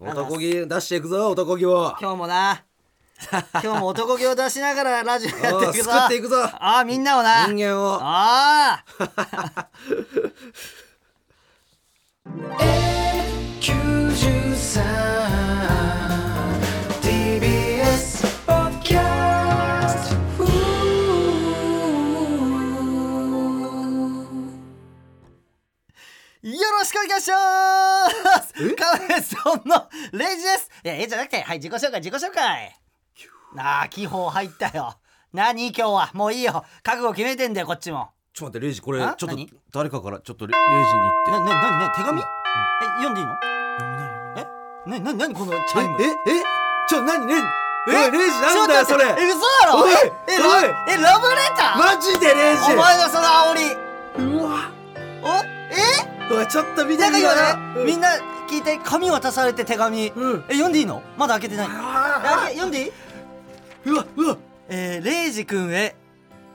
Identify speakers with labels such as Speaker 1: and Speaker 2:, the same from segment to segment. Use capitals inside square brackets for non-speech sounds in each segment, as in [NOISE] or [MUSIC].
Speaker 1: 男気出していくぞ男気を
Speaker 2: 今日
Speaker 1: [LAUGHS]
Speaker 2: もな今日も男気を出しながらラジオやっていくぞ
Speaker 1: おう救っていくぞ
Speaker 2: ああみんなをな
Speaker 1: 人間を
Speaker 2: ああ
Speaker 3: TBS ポッキャスト
Speaker 2: よろしくお願いしますカメソンのレイジですいやえじゃなくてはい自己紹介自己紹介なあ気泡入ったよ何今日はもういいよ覚悟決めてんだよこっちも
Speaker 1: ちょっと待ってレイジこれ
Speaker 2: あ
Speaker 1: ちょっと
Speaker 2: 何
Speaker 1: 誰かからちょっとレレイジに
Speaker 2: な
Speaker 1: 言っ
Speaker 2: ななな手紙え読んでいいのえなな何このチャイム
Speaker 1: てえええちょ何ねえレイジなんだよ
Speaker 2: ち
Speaker 1: そ
Speaker 2: ょっと
Speaker 1: れ
Speaker 2: 待ってえ嘘だろ
Speaker 1: おい
Speaker 2: えラ
Speaker 1: おい
Speaker 2: えラブレター
Speaker 1: マジでレイジ
Speaker 2: お前のその煽り
Speaker 1: うわ
Speaker 2: おえ
Speaker 1: おいちょっと見て
Speaker 2: だか
Speaker 1: みよ
Speaker 2: ら
Speaker 1: な
Speaker 2: ねみんな聞いて紙渡されて手紙え
Speaker 1: うん
Speaker 2: 読んでいいのまだ開け [LAUGHS] てない
Speaker 1: あ
Speaker 2: あ読んでいい
Speaker 1: ーうわうわ
Speaker 2: えー、レイジ君へ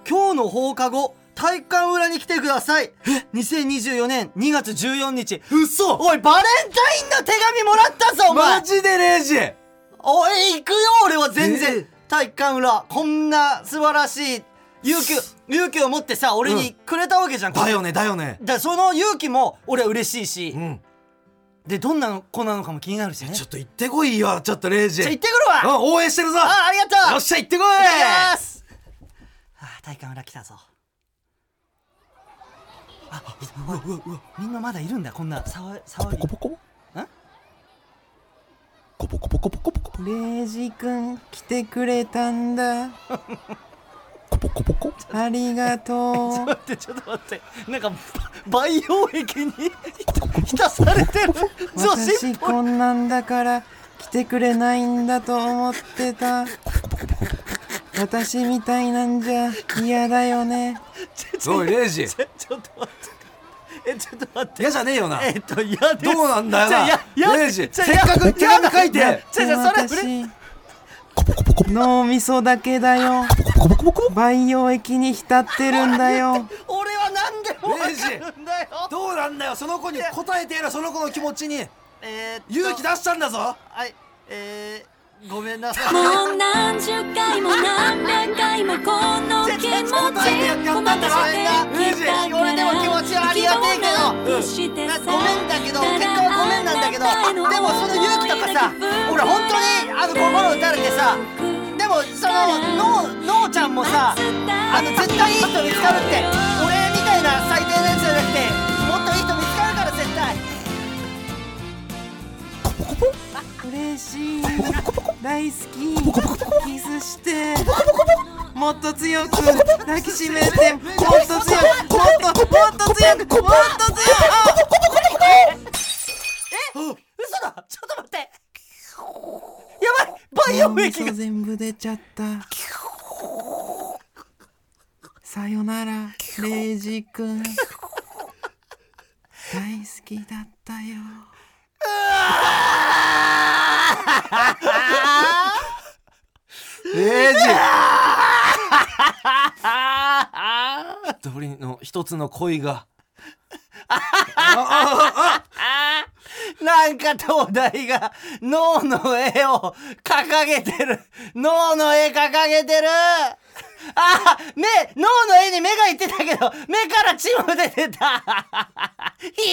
Speaker 2: 今日の放課後体育館裏に来てください2024年2月14日
Speaker 1: 嘘
Speaker 2: [LAUGHS] おいバレンタインの手紙もらったぞお前
Speaker 1: マジでレイジ
Speaker 2: おい行くよ俺は全然、
Speaker 1: えー
Speaker 2: 体育館裏こんな素晴らしい勇気を勇気を持ってさ俺にくれたわけじゃん、
Speaker 1: だよねだよね
Speaker 2: だからその勇気も俺は嬉しいし、
Speaker 1: うん
Speaker 2: でどんな子なのかも気になるしね
Speaker 1: ち
Speaker 2: ち
Speaker 1: ょ
Speaker 2: ょ
Speaker 1: っと行ってこいよちょっとレイジ
Speaker 2: 行ってくるわ
Speaker 1: うん応援してるぞ
Speaker 2: あありがとう
Speaker 1: よっしゃ行ってこい
Speaker 2: 行ってきますあー体育館裏来たぞあうわうわうわみんなまだいるんだこんな騒い騒いコポコポん
Speaker 1: コポコポコポコポコ
Speaker 4: レイジ君来てくれたんだ
Speaker 1: コポコポコ
Speaker 4: ありがとう
Speaker 2: 待ってちょっと待ってなんかば培養液に浸され
Speaker 1: [LAUGHS]
Speaker 2: てる女子っ
Speaker 4: 私
Speaker 2: ぽい
Speaker 4: こんなんだから来てくれないんだと思ってた私みたいなんじゃ嫌だよね
Speaker 1: おいレ [LAUGHS] イジ
Speaker 2: ちょちょっと待ってえちょっと待って
Speaker 1: 嫌じゃねえよな
Speaker 2: えっと嫌です
Speaker 1: どうなんだよ
Speaker 2: じゃあやや
Speaker 1: レイジ
Speaker 2: じゃあ
Speaker 1: せっかく
Speaker 2: や
Speaker 1: 手紙書いて
Speaker 2: やだじゃあじゃあそれうれ
Speaker 4: 私脳みそだけだよ培養液に浸ってるんだよ
Speaker 2: 俺は何でもわか
Speaker 1: レイジ
Speaker 2: るんだよ
Speaker 1: どうなんだよその子に答えてやらその子の気持ちに
Speaker 2: えーっと
Speaker 1: 勇気出したんだぞ
Speaker 2: はいえー、ごめんなさい
Speaker 5: もう何十回も何百回もこの気持ち
Speaker 2: 絶対やった
Speaker 5: ご
Speaker 2: ん
Speaker 5: ま
Speaker 2: だ
Speaker 5: か
Speaker 2: ろ
Speaker 5: してきたから
Speaker 2: 俺でも気持ちはありがてえけど
Speaker 5: どして
Speaker 2: な
Speaker 5: さ
Speaker 2: ごめんだけど結果はごめんなんだけどでもその勇気とかさ俺本当にあの心打たれてさでもそののうのうちゃんもさあの絶対いい人見つかるって俺みたいな最低なやつじゃなくてもっといい人見つかるから絶対
Speaker 4: 嬉しい大好きキスしてもっと強く抱きしめてもっと強くもっともっと強くもっと強く
Speaker 2: 嘘だちょっと待ってやばい培養液が
Speaker 4: 脳みそ全部出ちゃったさよならレイジ君大好きだったよ
Speaker 1: レイジ鳥の一つの恋が
Speaker 2: なんか東大が脳の絵を掲げてる脳の絵掲げてるあ目脳の絵に目がいってたけど目から血も出てた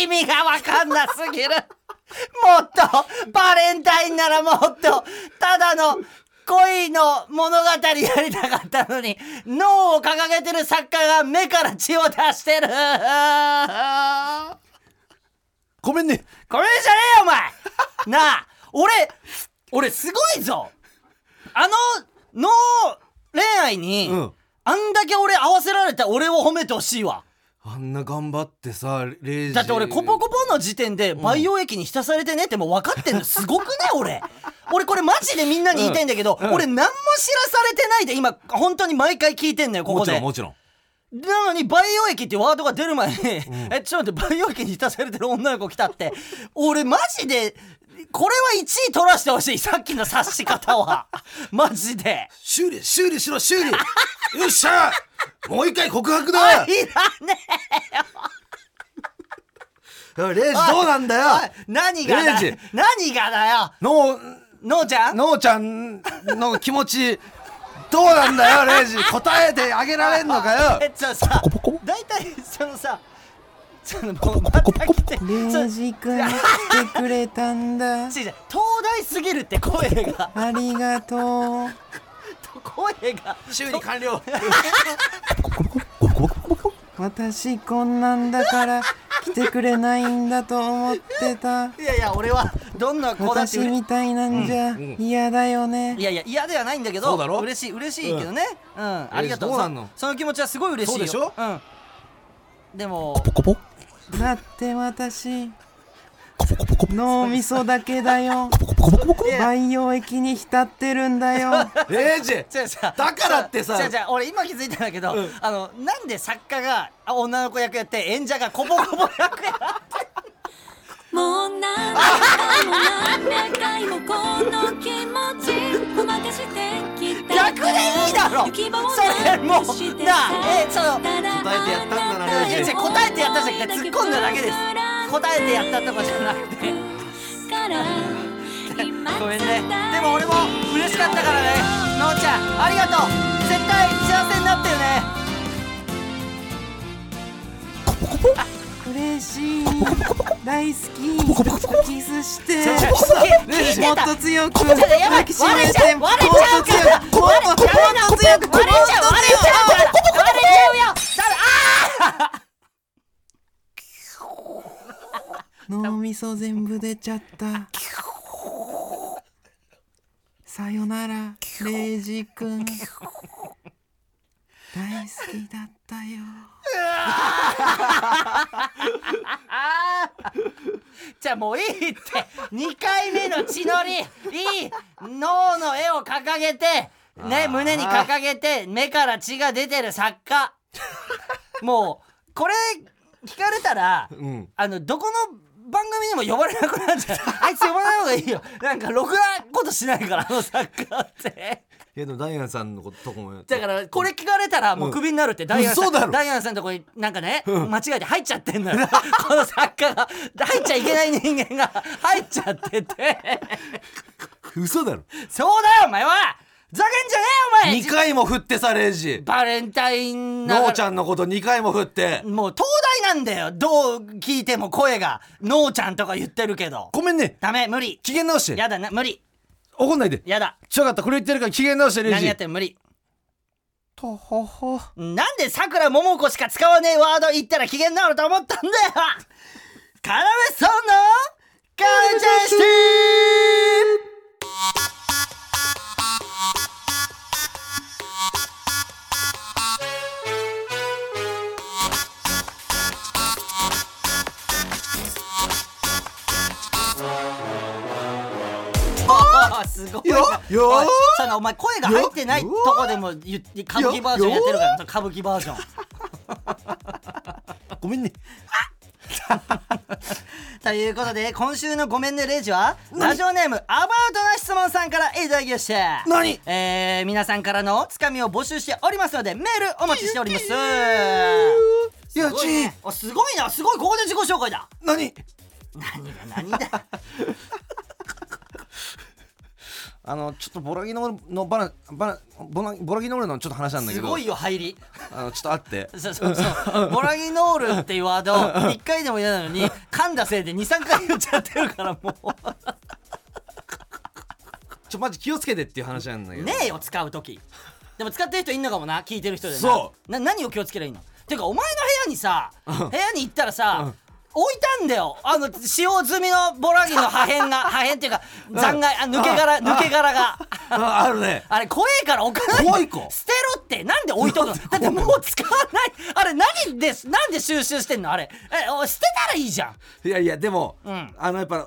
Speaker 2: 意味がわかんなすぎるもっとバレンタインならもっとただの恋の物語やりたかったのに脳を掲げてる作家が目から血を出してる
Speaker 1: ごめんね
Speaker 2: これじゃねえよお前
Speaker 1: [LAUGHS]
Speaker 2: なあ俺俺すごいぞあのの恋愛に、
Speaker 1: うん
Speaker 2: あんだけ俺合わせられた俺を褒めてほしいわ
Speaker 1: あんな頑張ってさレイジ
Speaker 2: だって俺コポコポの時点で培養液に浸されてねってもう分かってんのすごくね
Speaker 1: [LAUGHS]
Speaker 2: 俺俺これマジでみんなに言いたいんだけど、
Speaker 1: うんうん
Speaker 2: 俺何も知らされてないで今本当に毎回聞いてんのよこ
Speaker 1: も
Speaker 2: こ
Speaker 1: ち
Speaker 2: で
Speaker 1: ろんもちろん
Speaker 2: なのに培養液ってワードが出る前に、 [LAUGHS] えちょっと待って培養液に浸されてる女の子来たって俺マジでこれは1位取らせてほしいさっきの察し
Speaker 1: [LAUGHS]
Speaker 2: 方はマジで
Speaker 1: 修理修理しろ [LAUGHS] 修理よっしゃもう一回告白
Speaker 2: いら
Speaker 1: だ
Speaker 2: ねおい
Speaker 1: レイジどうなんだよ
Speaker 2: おい何がだ
Speaker 1: レイジ
Speaker 2: 何がだよ
Speaker 1: の
Speaker 2: のーちゃん
Speaker 1: のーちゃんの気持ちどうなんだよレイジ答えてあげられんのかよ
Speaker 2: えじゃあさ大体そのさそのまた来てそ
Speaker 4: レ
Speaker 2: う
Speaker 4: ジ君来てくれたんだ
Speaker 2: 違う違う東大すぎるって声が
Speaker 4: ありがとう
Speaker 2: 声が
Speaker 1: 修理完了
Speaker 4: 私こんなんだから来てくれないんだと思ってた
Speaker 2: いやいや俺はどんな子だって
Speaker 4: 私
Speaker 2: 嬉
Speaker 4: みたいなんじゃ嫌だよね
Speaker 2: [LAUGHS] いやいや嫌ではないんだけど
Speaker 1: そうだろ
Speaker 2: 嬉しい嬉しいけどねうん、ありがとう
Speaker 1: どうなんの
Speaker 2: そその気持ちはすごい嬉しいよ
Speaker 1: そうでし
Speaker 2: うんでも
Speaker 4: だって私脳みそだけだよ培養液に浸ってるんだよ
Speaker 2: [LAUGHS]
Speaker 1: レイジ
Speaker 2: 違うさ
Speaker 1: だからってさ
Speaker 2: 違う違う俺今気づいたんだけど、あのなんで作家があ女の子役やって演者がコボコボ役や
Speaker 1: [LAUGHS]
Speaker 5: もう何回も何回もこの気持ちごまかしてきた
Speaker 2: 逆でいいだろそれもうなあえその
Speaker 1: 答えてやったんだなレイジ
Speaker 2: いや違う答えてやったじゃなくて突っ込んだだけです答えてやったとかじゃなくて [LAUGHS] ごめんねでも俺も嬉しかったからねのーちゃんありがとう絶対幸せになったよね
Speaker 4: 嬉しい大好きキスして
Speaker 2: 聞いて
Speaker 4: もったと強く
Speaker 2: ちょっとやばい
Speaker 4: 抱きしめてもっ
Speaker 2: 割
Speaker 4: と
Speaker 2: れちゃう割れちゃう
Speaker 4: 強くもっともっと強くもっと強
Speaker 2: 割れ
Speaker 4: く
Speaker 2: ちゃう割れちゃう割れちゃうよだから
Speaker 4: 脳みそ全部出ちゃったさよならレイジ君大好きだったよ
Speaker 2: じゃあもういいって2回目の血のりいい脳の絵を掲げてね胸に掲げて目から血が出てる作家もうこれ聞かれたら
Speaker 1: うん
Speaker 2: あのどこの番組にも呼ばれなくなっちゃうあいつ呼ばない方がいいよなんかろくなことしないからあの作家って
Speaker 1: いやでもダイアンさんのことこも
Speaker 2: だからこれ聞かれたらもうクビになるって、ダイアンさ
Speaker 1: 嘘
Speaker 2: ん
Speaker 1: だろ
Speaker 2: ダイアンさんのとこになんかね、間違えて入っちゃってんの
Speaker 1: [LAUGHS]
Speaker 2: よこの作家が入っちゃいけない人間が [LAUGHS] 入っちゃってて
Speaker 1: 嘘だろ
Speaker 2: そうだよお前はふざけんじゃねえよお
Speaker 1: 2
Speaker 2: 前
Speaker 1: 回も振ってさレイジ
Speaker 2: バレンタイン
Speaker 1: の
Speaker 2: な
Speaker 1: ーちゃんのこと2回も振って
Speaker 2: もう東大なんだよどう聞いても声が「のーちゃん」とか言ってるけど
Speaker 1: ごめんね
Speaker 2: ダメ
Speaker 1: [LAUGHS]
Speaker 2: 無理
Speaker 1: 機嫌直して
Speaker 2: やだな無理
Speaker 1: 怒んないで
Speaker 2: やだ
Speaker 1: ちょかったこれ言ってるから機嫌直してレイジ
Speaker 2: 何やっても無理
Speaker 1: とほほ
Speaker 2: なんでさくらももこしか使わねえワード言ったら機嫌直ると思ったんだよカラメソンのカルチャーシおーすごいな
Speaker 1: よよ
Speaker 2: おいそのお前声が入ってないと
Speaker 1: よ
Speaker 2: こでも言って歌舞伎バージョンやってるから歌舞伎バージョン
Speaker 1: ごめんね
Speaker 2: ということで今週の「ごめんねレイジは」ラジオネームアバウトな質問さんからいただきました
Speaker 1: 何
Speaker 2: えー皆さんからのつかみを募集しておりますのでメールお待ちしております
Speaker 1: いや
Speaker 2: すごい
Speaker 1: ち
Speaker 2: ねあすごいなすごいここで自己紹介だ
Speaker 1: 何
Speaker 2: 何だ
Speaker 1: [LAUGHS] あのちょっとボラギノールのバラバラボラボラギノールのちょっと話なんだけ
Speaker 2: す
Speaker 1: ど
Speaker 2: ごいよ入り
Speaker 1: あのちょっとあって
Speaker 2: そうそうそうボラギノールっていうワード1回でも嫌なのに噛んだせいで23回言っちゃってるからもう
Speaker 1: ちょマジ気をつけてっていう話なんだけど
Speaker 2: ねえよ使う時でも使ってる人いんのかもな聞いてる人でな
Speaker 1: そう
Speaker 2: な何を気をつければいいのていうかお前の部屋にさ部屋に行ったらさ置いたんだよあの使用済みのボラギの破片 [LAUGHS] が破片っていうか残骸あ抜け殻抜け殻が
Speaker 1: ああるね
Speaker 2: あれ怖えから置かない
Speaker 1: 怖いか
Speaker 2: 捨てろってなんで置いとくのだってもう使わないあれ何ですなんで収集してんのあれえお捨てたらいいじゃん
Speaker 1: いやいやでも、
Speaker 2: うん
Speaker 1: あのやっぱ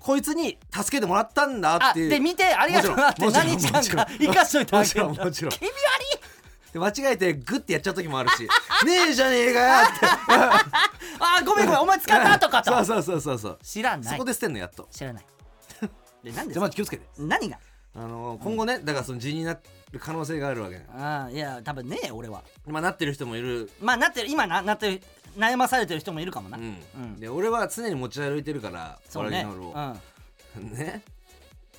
Speaker 1: こいつに助けてもらったんだ
Speaker 2: あ
Speaker 1: っていう
Speaker 2: で見てありがとうなって
Speaker 1: もちろん
Speaker 2: 何日
Speaker 1: もちろ
Speaker 2: 間
Speaker 1: ん
Speaker 2: か生かしといてあげる
Speaker 1: もちろんもちろん
Speaker 2: 気味悪い
Speaker 1: で間違えてグッてやっちゃう時もあるしねえじゃねえかよ
Speaker 2: [LAUGHS]
Speaker 1: って
Speaker 2: あーごめんごめんお前使ったとかと
Speaker 1: そうそうそうそうそう
Speaker 2: 知らな
Speaker 1: そ
Speaker 2: い
Speaker 1: こで捨てんのやっと [LAUGHS]
Speaker 2: 知らないで何で
Speaker 1: じゃあまず気をつけて
Speaker 2: 何が
Speaker 1: あのー今後ねだからその地になる可能性があるわけね
Speaker 2: ああいや多分ねえ俺は
Speaker 1: まあなってる人もいる
Speaker 2: まあなってる今ななってる悩まされてる人もいるかもな、
Speaker 1: う
Speaker 2: うん
Speaker 1: んで俺は常に持ち歩いてるから
Speaker 2: そう
Speaker 1: 笑い
Speaker 2: ね、
Speaker 1: なが
Speaker 2: う
Speaker 1: ら
Speaker 2: ん、
Speaker 1: [LAUGHS] ね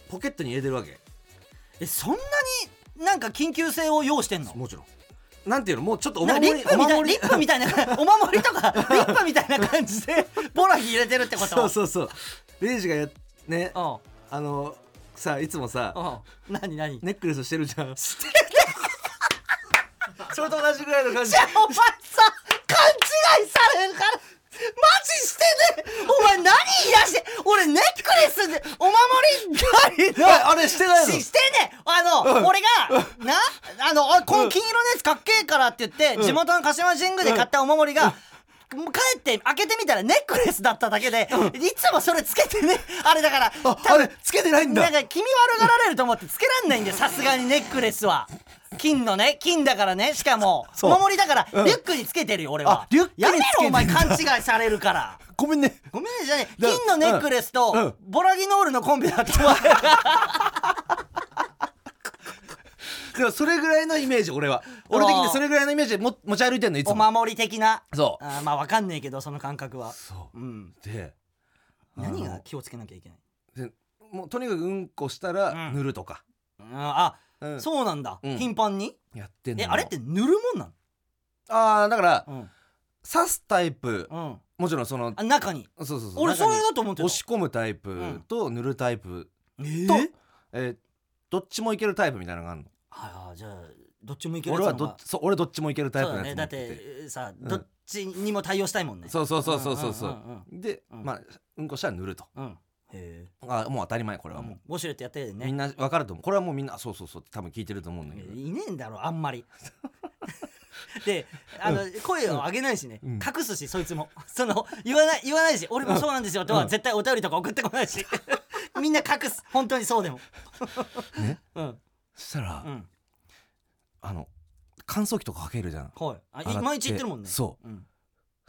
Speaker 1: ポケットに入れてるわけ
Speaker 2: えそんなになんか緊急性を要してんの
Speaker 1: もちろんなんていうのもうちょっとお
Speaker 2: なんか
Speaker 1: 守り
Speaker 2: リップみたい
Speaker 1: お守
Speaker 2: リ
Speaker 1: り
Speaker 2: ップ
Speaker 1: [LAUGHS]
Speaker 2: みたいなお守りとかリップみたいな感じでボラギ入れてるってこと
Speaker 1: そう [LAUGHS] そうそうレイジがやね
Speaker 2: うん
Speaker 1: あのさいつもさ
Speaker 2: うん何何
Speaker 1: ネックレスしてるじ
Speaker 2: [LAUGHS]
Speaker 1: ゃんしてる [LAUGHS] それと同じぐらいの感じ
Speaker 2: じゃあお前さ勘違いされるからマジしてねお前何言い出して俺ネックレスでお守り代わりの
Speaker 1: あれしてないの
Speaker 2: ししてねあの、俺が、なあのあこの金色のやつかっけえからって言って、地元の鹿島神宮で買ったお守りが、もう帰って開けてみたらネックレスだっただけで、いつもそれつけてねあれだから
Speaker 1: ああれつけてないんだ
Speaker 2: なんか気味悪がられると思ってつけらんないんだよさすがにネックレスは金のね金だからねしかもお
Speaker 1: そう
Speaker 2: 守りだから
Speaker 1: うん
Speaker 2: リュックにつけてるよ俺は
Speaker 1: あリュックにつけ
Speaker 2: や
Speaker 1: て
Speaker 2: め
Speaker 1: ん
Speaker 2: ろ
Speaker 1: だ
Speaker 2: お前勘違いされるから
Speaker 1: ごめんね
Speaker 2: [LAUGHS] ごめんねじゃあね
Speaker 1: だ
Speaker 2: 金のネックレスと、
Speaker 1: うんうん
Speaker 2: ボラギノールのコンビだったわ
Speaker 1: でもそれぐらいのイメージ俺は俺的にそれぐらいのイメージでも持ち歩いてんのいつ
Speaker 2: お
Speaker 1: も
Speaker 2: 守り的な
Speaker 1: そう
Speaker 2: あーまあわかんねえけどその感覚は
Speaker 1: そう
Speaker 2: うん
Speaker 1: で
Speaker 2: 何が気をつけなきゃいけない
Speaker 1: でもうとにかくうんこしたら
Speaker 2: うん
Speaker 1: 塗るとか、
Speaker 2: あ
Speaker 1: うん
Speaker 2: あそうなんだ、
Speaker 1: うん
Speaker 2: 頻繁に
Speaker 1: やってんの
Speaker 2: え
Speaker 1: よ
Speaker 2: あれって塗るもんな
Speaker 1: ああだから
Speaker 2: の
Speaker 1: 刺すタイプ
Speaker 2: うんうん
Speaker 1: もちろんその
Speaker 2: あ中に
Speaker 1: そうそうそう
Speaker 2: 俺そ
Speaker 1: 中
Speaker 2: れ
Speaker 1: に
Speaker 2: だと思ってた
Speaker 1: 押し込むタイプ
Speaker 2: ん
Speaker 1: と塗るタイプ
Speaker 2: えー
Speaker 1: と、えーどっちもいけるタイプみたいなのがあるの
Speaker 2: はいはいじゃあどっちもいける
Speaker 1: 俺は
Speaker 2: やつの
Speaker 1: ど
Speaker 2: 方
Speaker 1: っ
Speaker 2: が
Speaker 1: そう俺どっちもいけるタイプ
Speaker 2: そう
Speaker 1: の
Speaker 2: だ
Speaker 1: やつ
Speaker 2: ね
Speaker 1: 持っ
Speaker 2: だっ
Speaker 1: て
Speaker 2: てえーさどっちにも対応したいもんね
Speaker 1: そうそうそうそうそうそ
Speaker 2: うんうん
Speaker 1: うで
Speaker 2: うん
Speaker 1: まあうんこしたら塗ると
Speaker 2: うんうんへえ
Speaker 1: あもう当たり前これはもう、
Speaker 2: ウォシュレットやってるね
Speaker 1: みんな分かると思うこれはもうみんなそうそうそうって多分聞いてると思うんだけど
Speaker 2: いねえんだろあん
Speaker 1: [LAUGHS]
Speaker 2: まりであの、声を上げないしね、
Speaker 1: うん
Speaker 2: 隠すしそいつもその言わない言わないし俺もそうなんですよとは絶対お便りとか送ってこな
Speaker 1: [LAUGHS]
Speaker 2: いしみんな隠す本当にそうでも
Speaker 1: ね
Speaker 2: うん
Speaker 1: そしたら、
Speaker 2: うん
Speaker 1: あの乾燥機とかかけるじゃん
Speaker 2: はいあ
Speaker 1: 洗って
Speaker 2: 毎日言ってるもんね
Speaker 1: そ
Speaker 2: うん、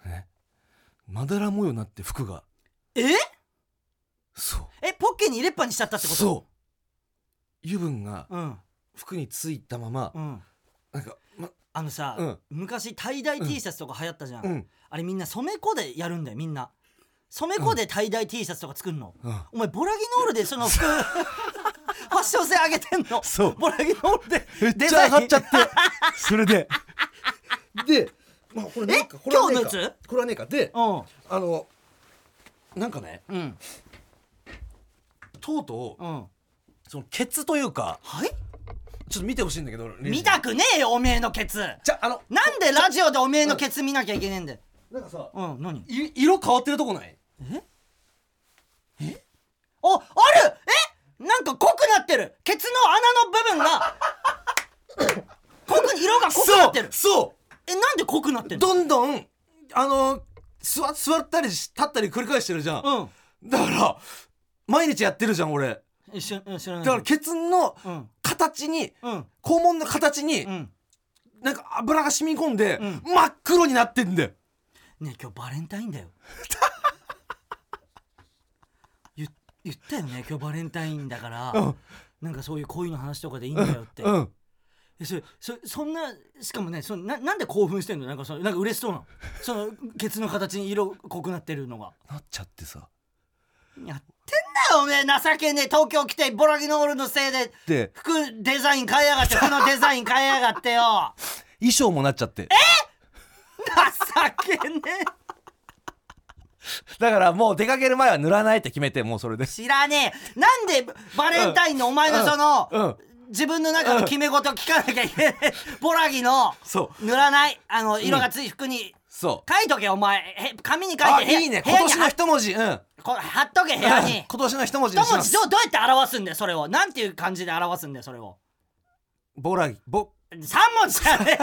Speaker 1: うねまだら模様になって服が
Speaker 2: え
Speaker 1: そう
Speaker 2: えポッケに入れっぱにしちゃったってこと
Speaker 1: そう油分が
Speaker 2: うん
Speaker 1: 服についたまま、
Speaker 2: うん
Speaker 1: なんかま
Speaker 2: あのさ、
Speaker 1: うん
Speaker 2: 昔タイダイ T シャツとか流行ったじゃん、
Speaker 1: うん
Speaker 2: あれみんな染め粉でやるんだよみんな染め粉でタイダイ T シャツとか作るの、
Speaker 1: うん
Speaker 2: お前ボラギノールで
Speaker 1: [LAUGHS]
Speaker 2: その服ファッション性上げてんの
Speaker 1: そう
Speaker 2: ボラギノールで
Speaker 1: めっちゃ上がっちゃって [LAUGHS] それでで、まあ、これねえか
Speaker 2: え
Speaker 1: これはねえ
Speaker 2: 今日のや
Speaker 1: かこれはねえかで
Speaker 2: う
Speaker 1: あのなんかね
Speaker 2: んうん
Speaker 1: とうとう
Speaker 2: うん
Speaker 1: そのケツというか
Speaker 2: はい
Speaker 1: ちょっと見てほしいんだけどレイジ
Speaker 2: 見たくねえよおめえのケツな
Speaker 1: じゃああの
Speaker 2: んでラジオでおめえのケツ見なきゃいけねえんだよ
Speaker 1: なんかさ
Speaker 2: うん何
Speaker 1: い色変わってるとこない
Speaker 2: ああるえなんか濃くなってるケツの穴の部分が
Speaker 1: [LAUGHS]
Speaker 2: 濃く色が濃くなってる
Speaker 1: そう
Speaker 2: えなんで濃くなって
Speaker 1: そうん
Speaker 2: の
Speaker 1: どんどんあの座座ったりし立ったり繰り返してるじゃん、
Speaker 2: うん
Speaker 1: だから毎日やってるじゃん俺
Speaker 2: え知らうん知らない
Speaker 1: だからケツの
Speaker 2: うん
Speaker 1: 形に、
Speaker 2: うん
Speaker 1: 肛門の形に、
Speaker 2: うん
Speaker 1: なんか油が染み込んで、
Speaker 2: ん
Speaker 1: 真っ黒になってんだよ
Speaker 2: ねえ今日バレンタイン
Speaker 1: [LAUGHS]
Speaker 2: だよ言言ったよね今日バレンタインだから、
Speaker 1: うん
Speaker 2: なんかそういう恋の話とかでいいんだよって、
Speaker 1: うん
Speaker 2: えそれそそんなしかもねそのななんで興奮してんのなんかそのなんか嬉しそうなのそのケツの形に色濃くなってるのが
Speaker 1: なっちゃってさ
Speaker 2: やってんだよおめえ情けねえ東京来てボラギノールのせいで
Speaker 1: で
Speaker 2: 服デザイン変えやがってこのデザイン変えやがっ
Speaker 1: [LAUGHS]
Speaker 2: てよ
Speaker 1: 衣装もなっちゃって
Speaker 2: 情けねえ
Speaker 1: だからもう出かける前は塗らないって決めてもうそれで
Speaker 2: 知らねえなんでバレンタインのお前のその、
Speaker 1: うんうん
Speaker 2: 自分の中の決め事聞かなきゃいけない、ボラギの
Speaker 1: そう
Speaker 2: 塗らないあの色がつい服に、
Speaker 1: そう
Speaker 2: 書いとけお前へ紙に書
Speaker 1: あ
Speaker 2: いて
Speaker 1: いいね
Speaker 2: 部
Speaker 1: 今
Speaker 2: 屋に
Speaker 1: 年の一文字うんうん
Speaker 2: こ貼っとけ部屋に
Speaker 1: 今年の一文字に
Speaker 2: 一
Speaker 1: し
Speaker 2: 文
Speaker 1: ま
Speaker 2: 字
Speaker 1: す
Speaker 2: どうどうやって表すんだよそれをなんていう感じで表すんだよそれを
Speaker 1: ボラギボ
Speaker 2: 三文字だ
Speaker 1: [LAUGHS]
Speaker 2: ね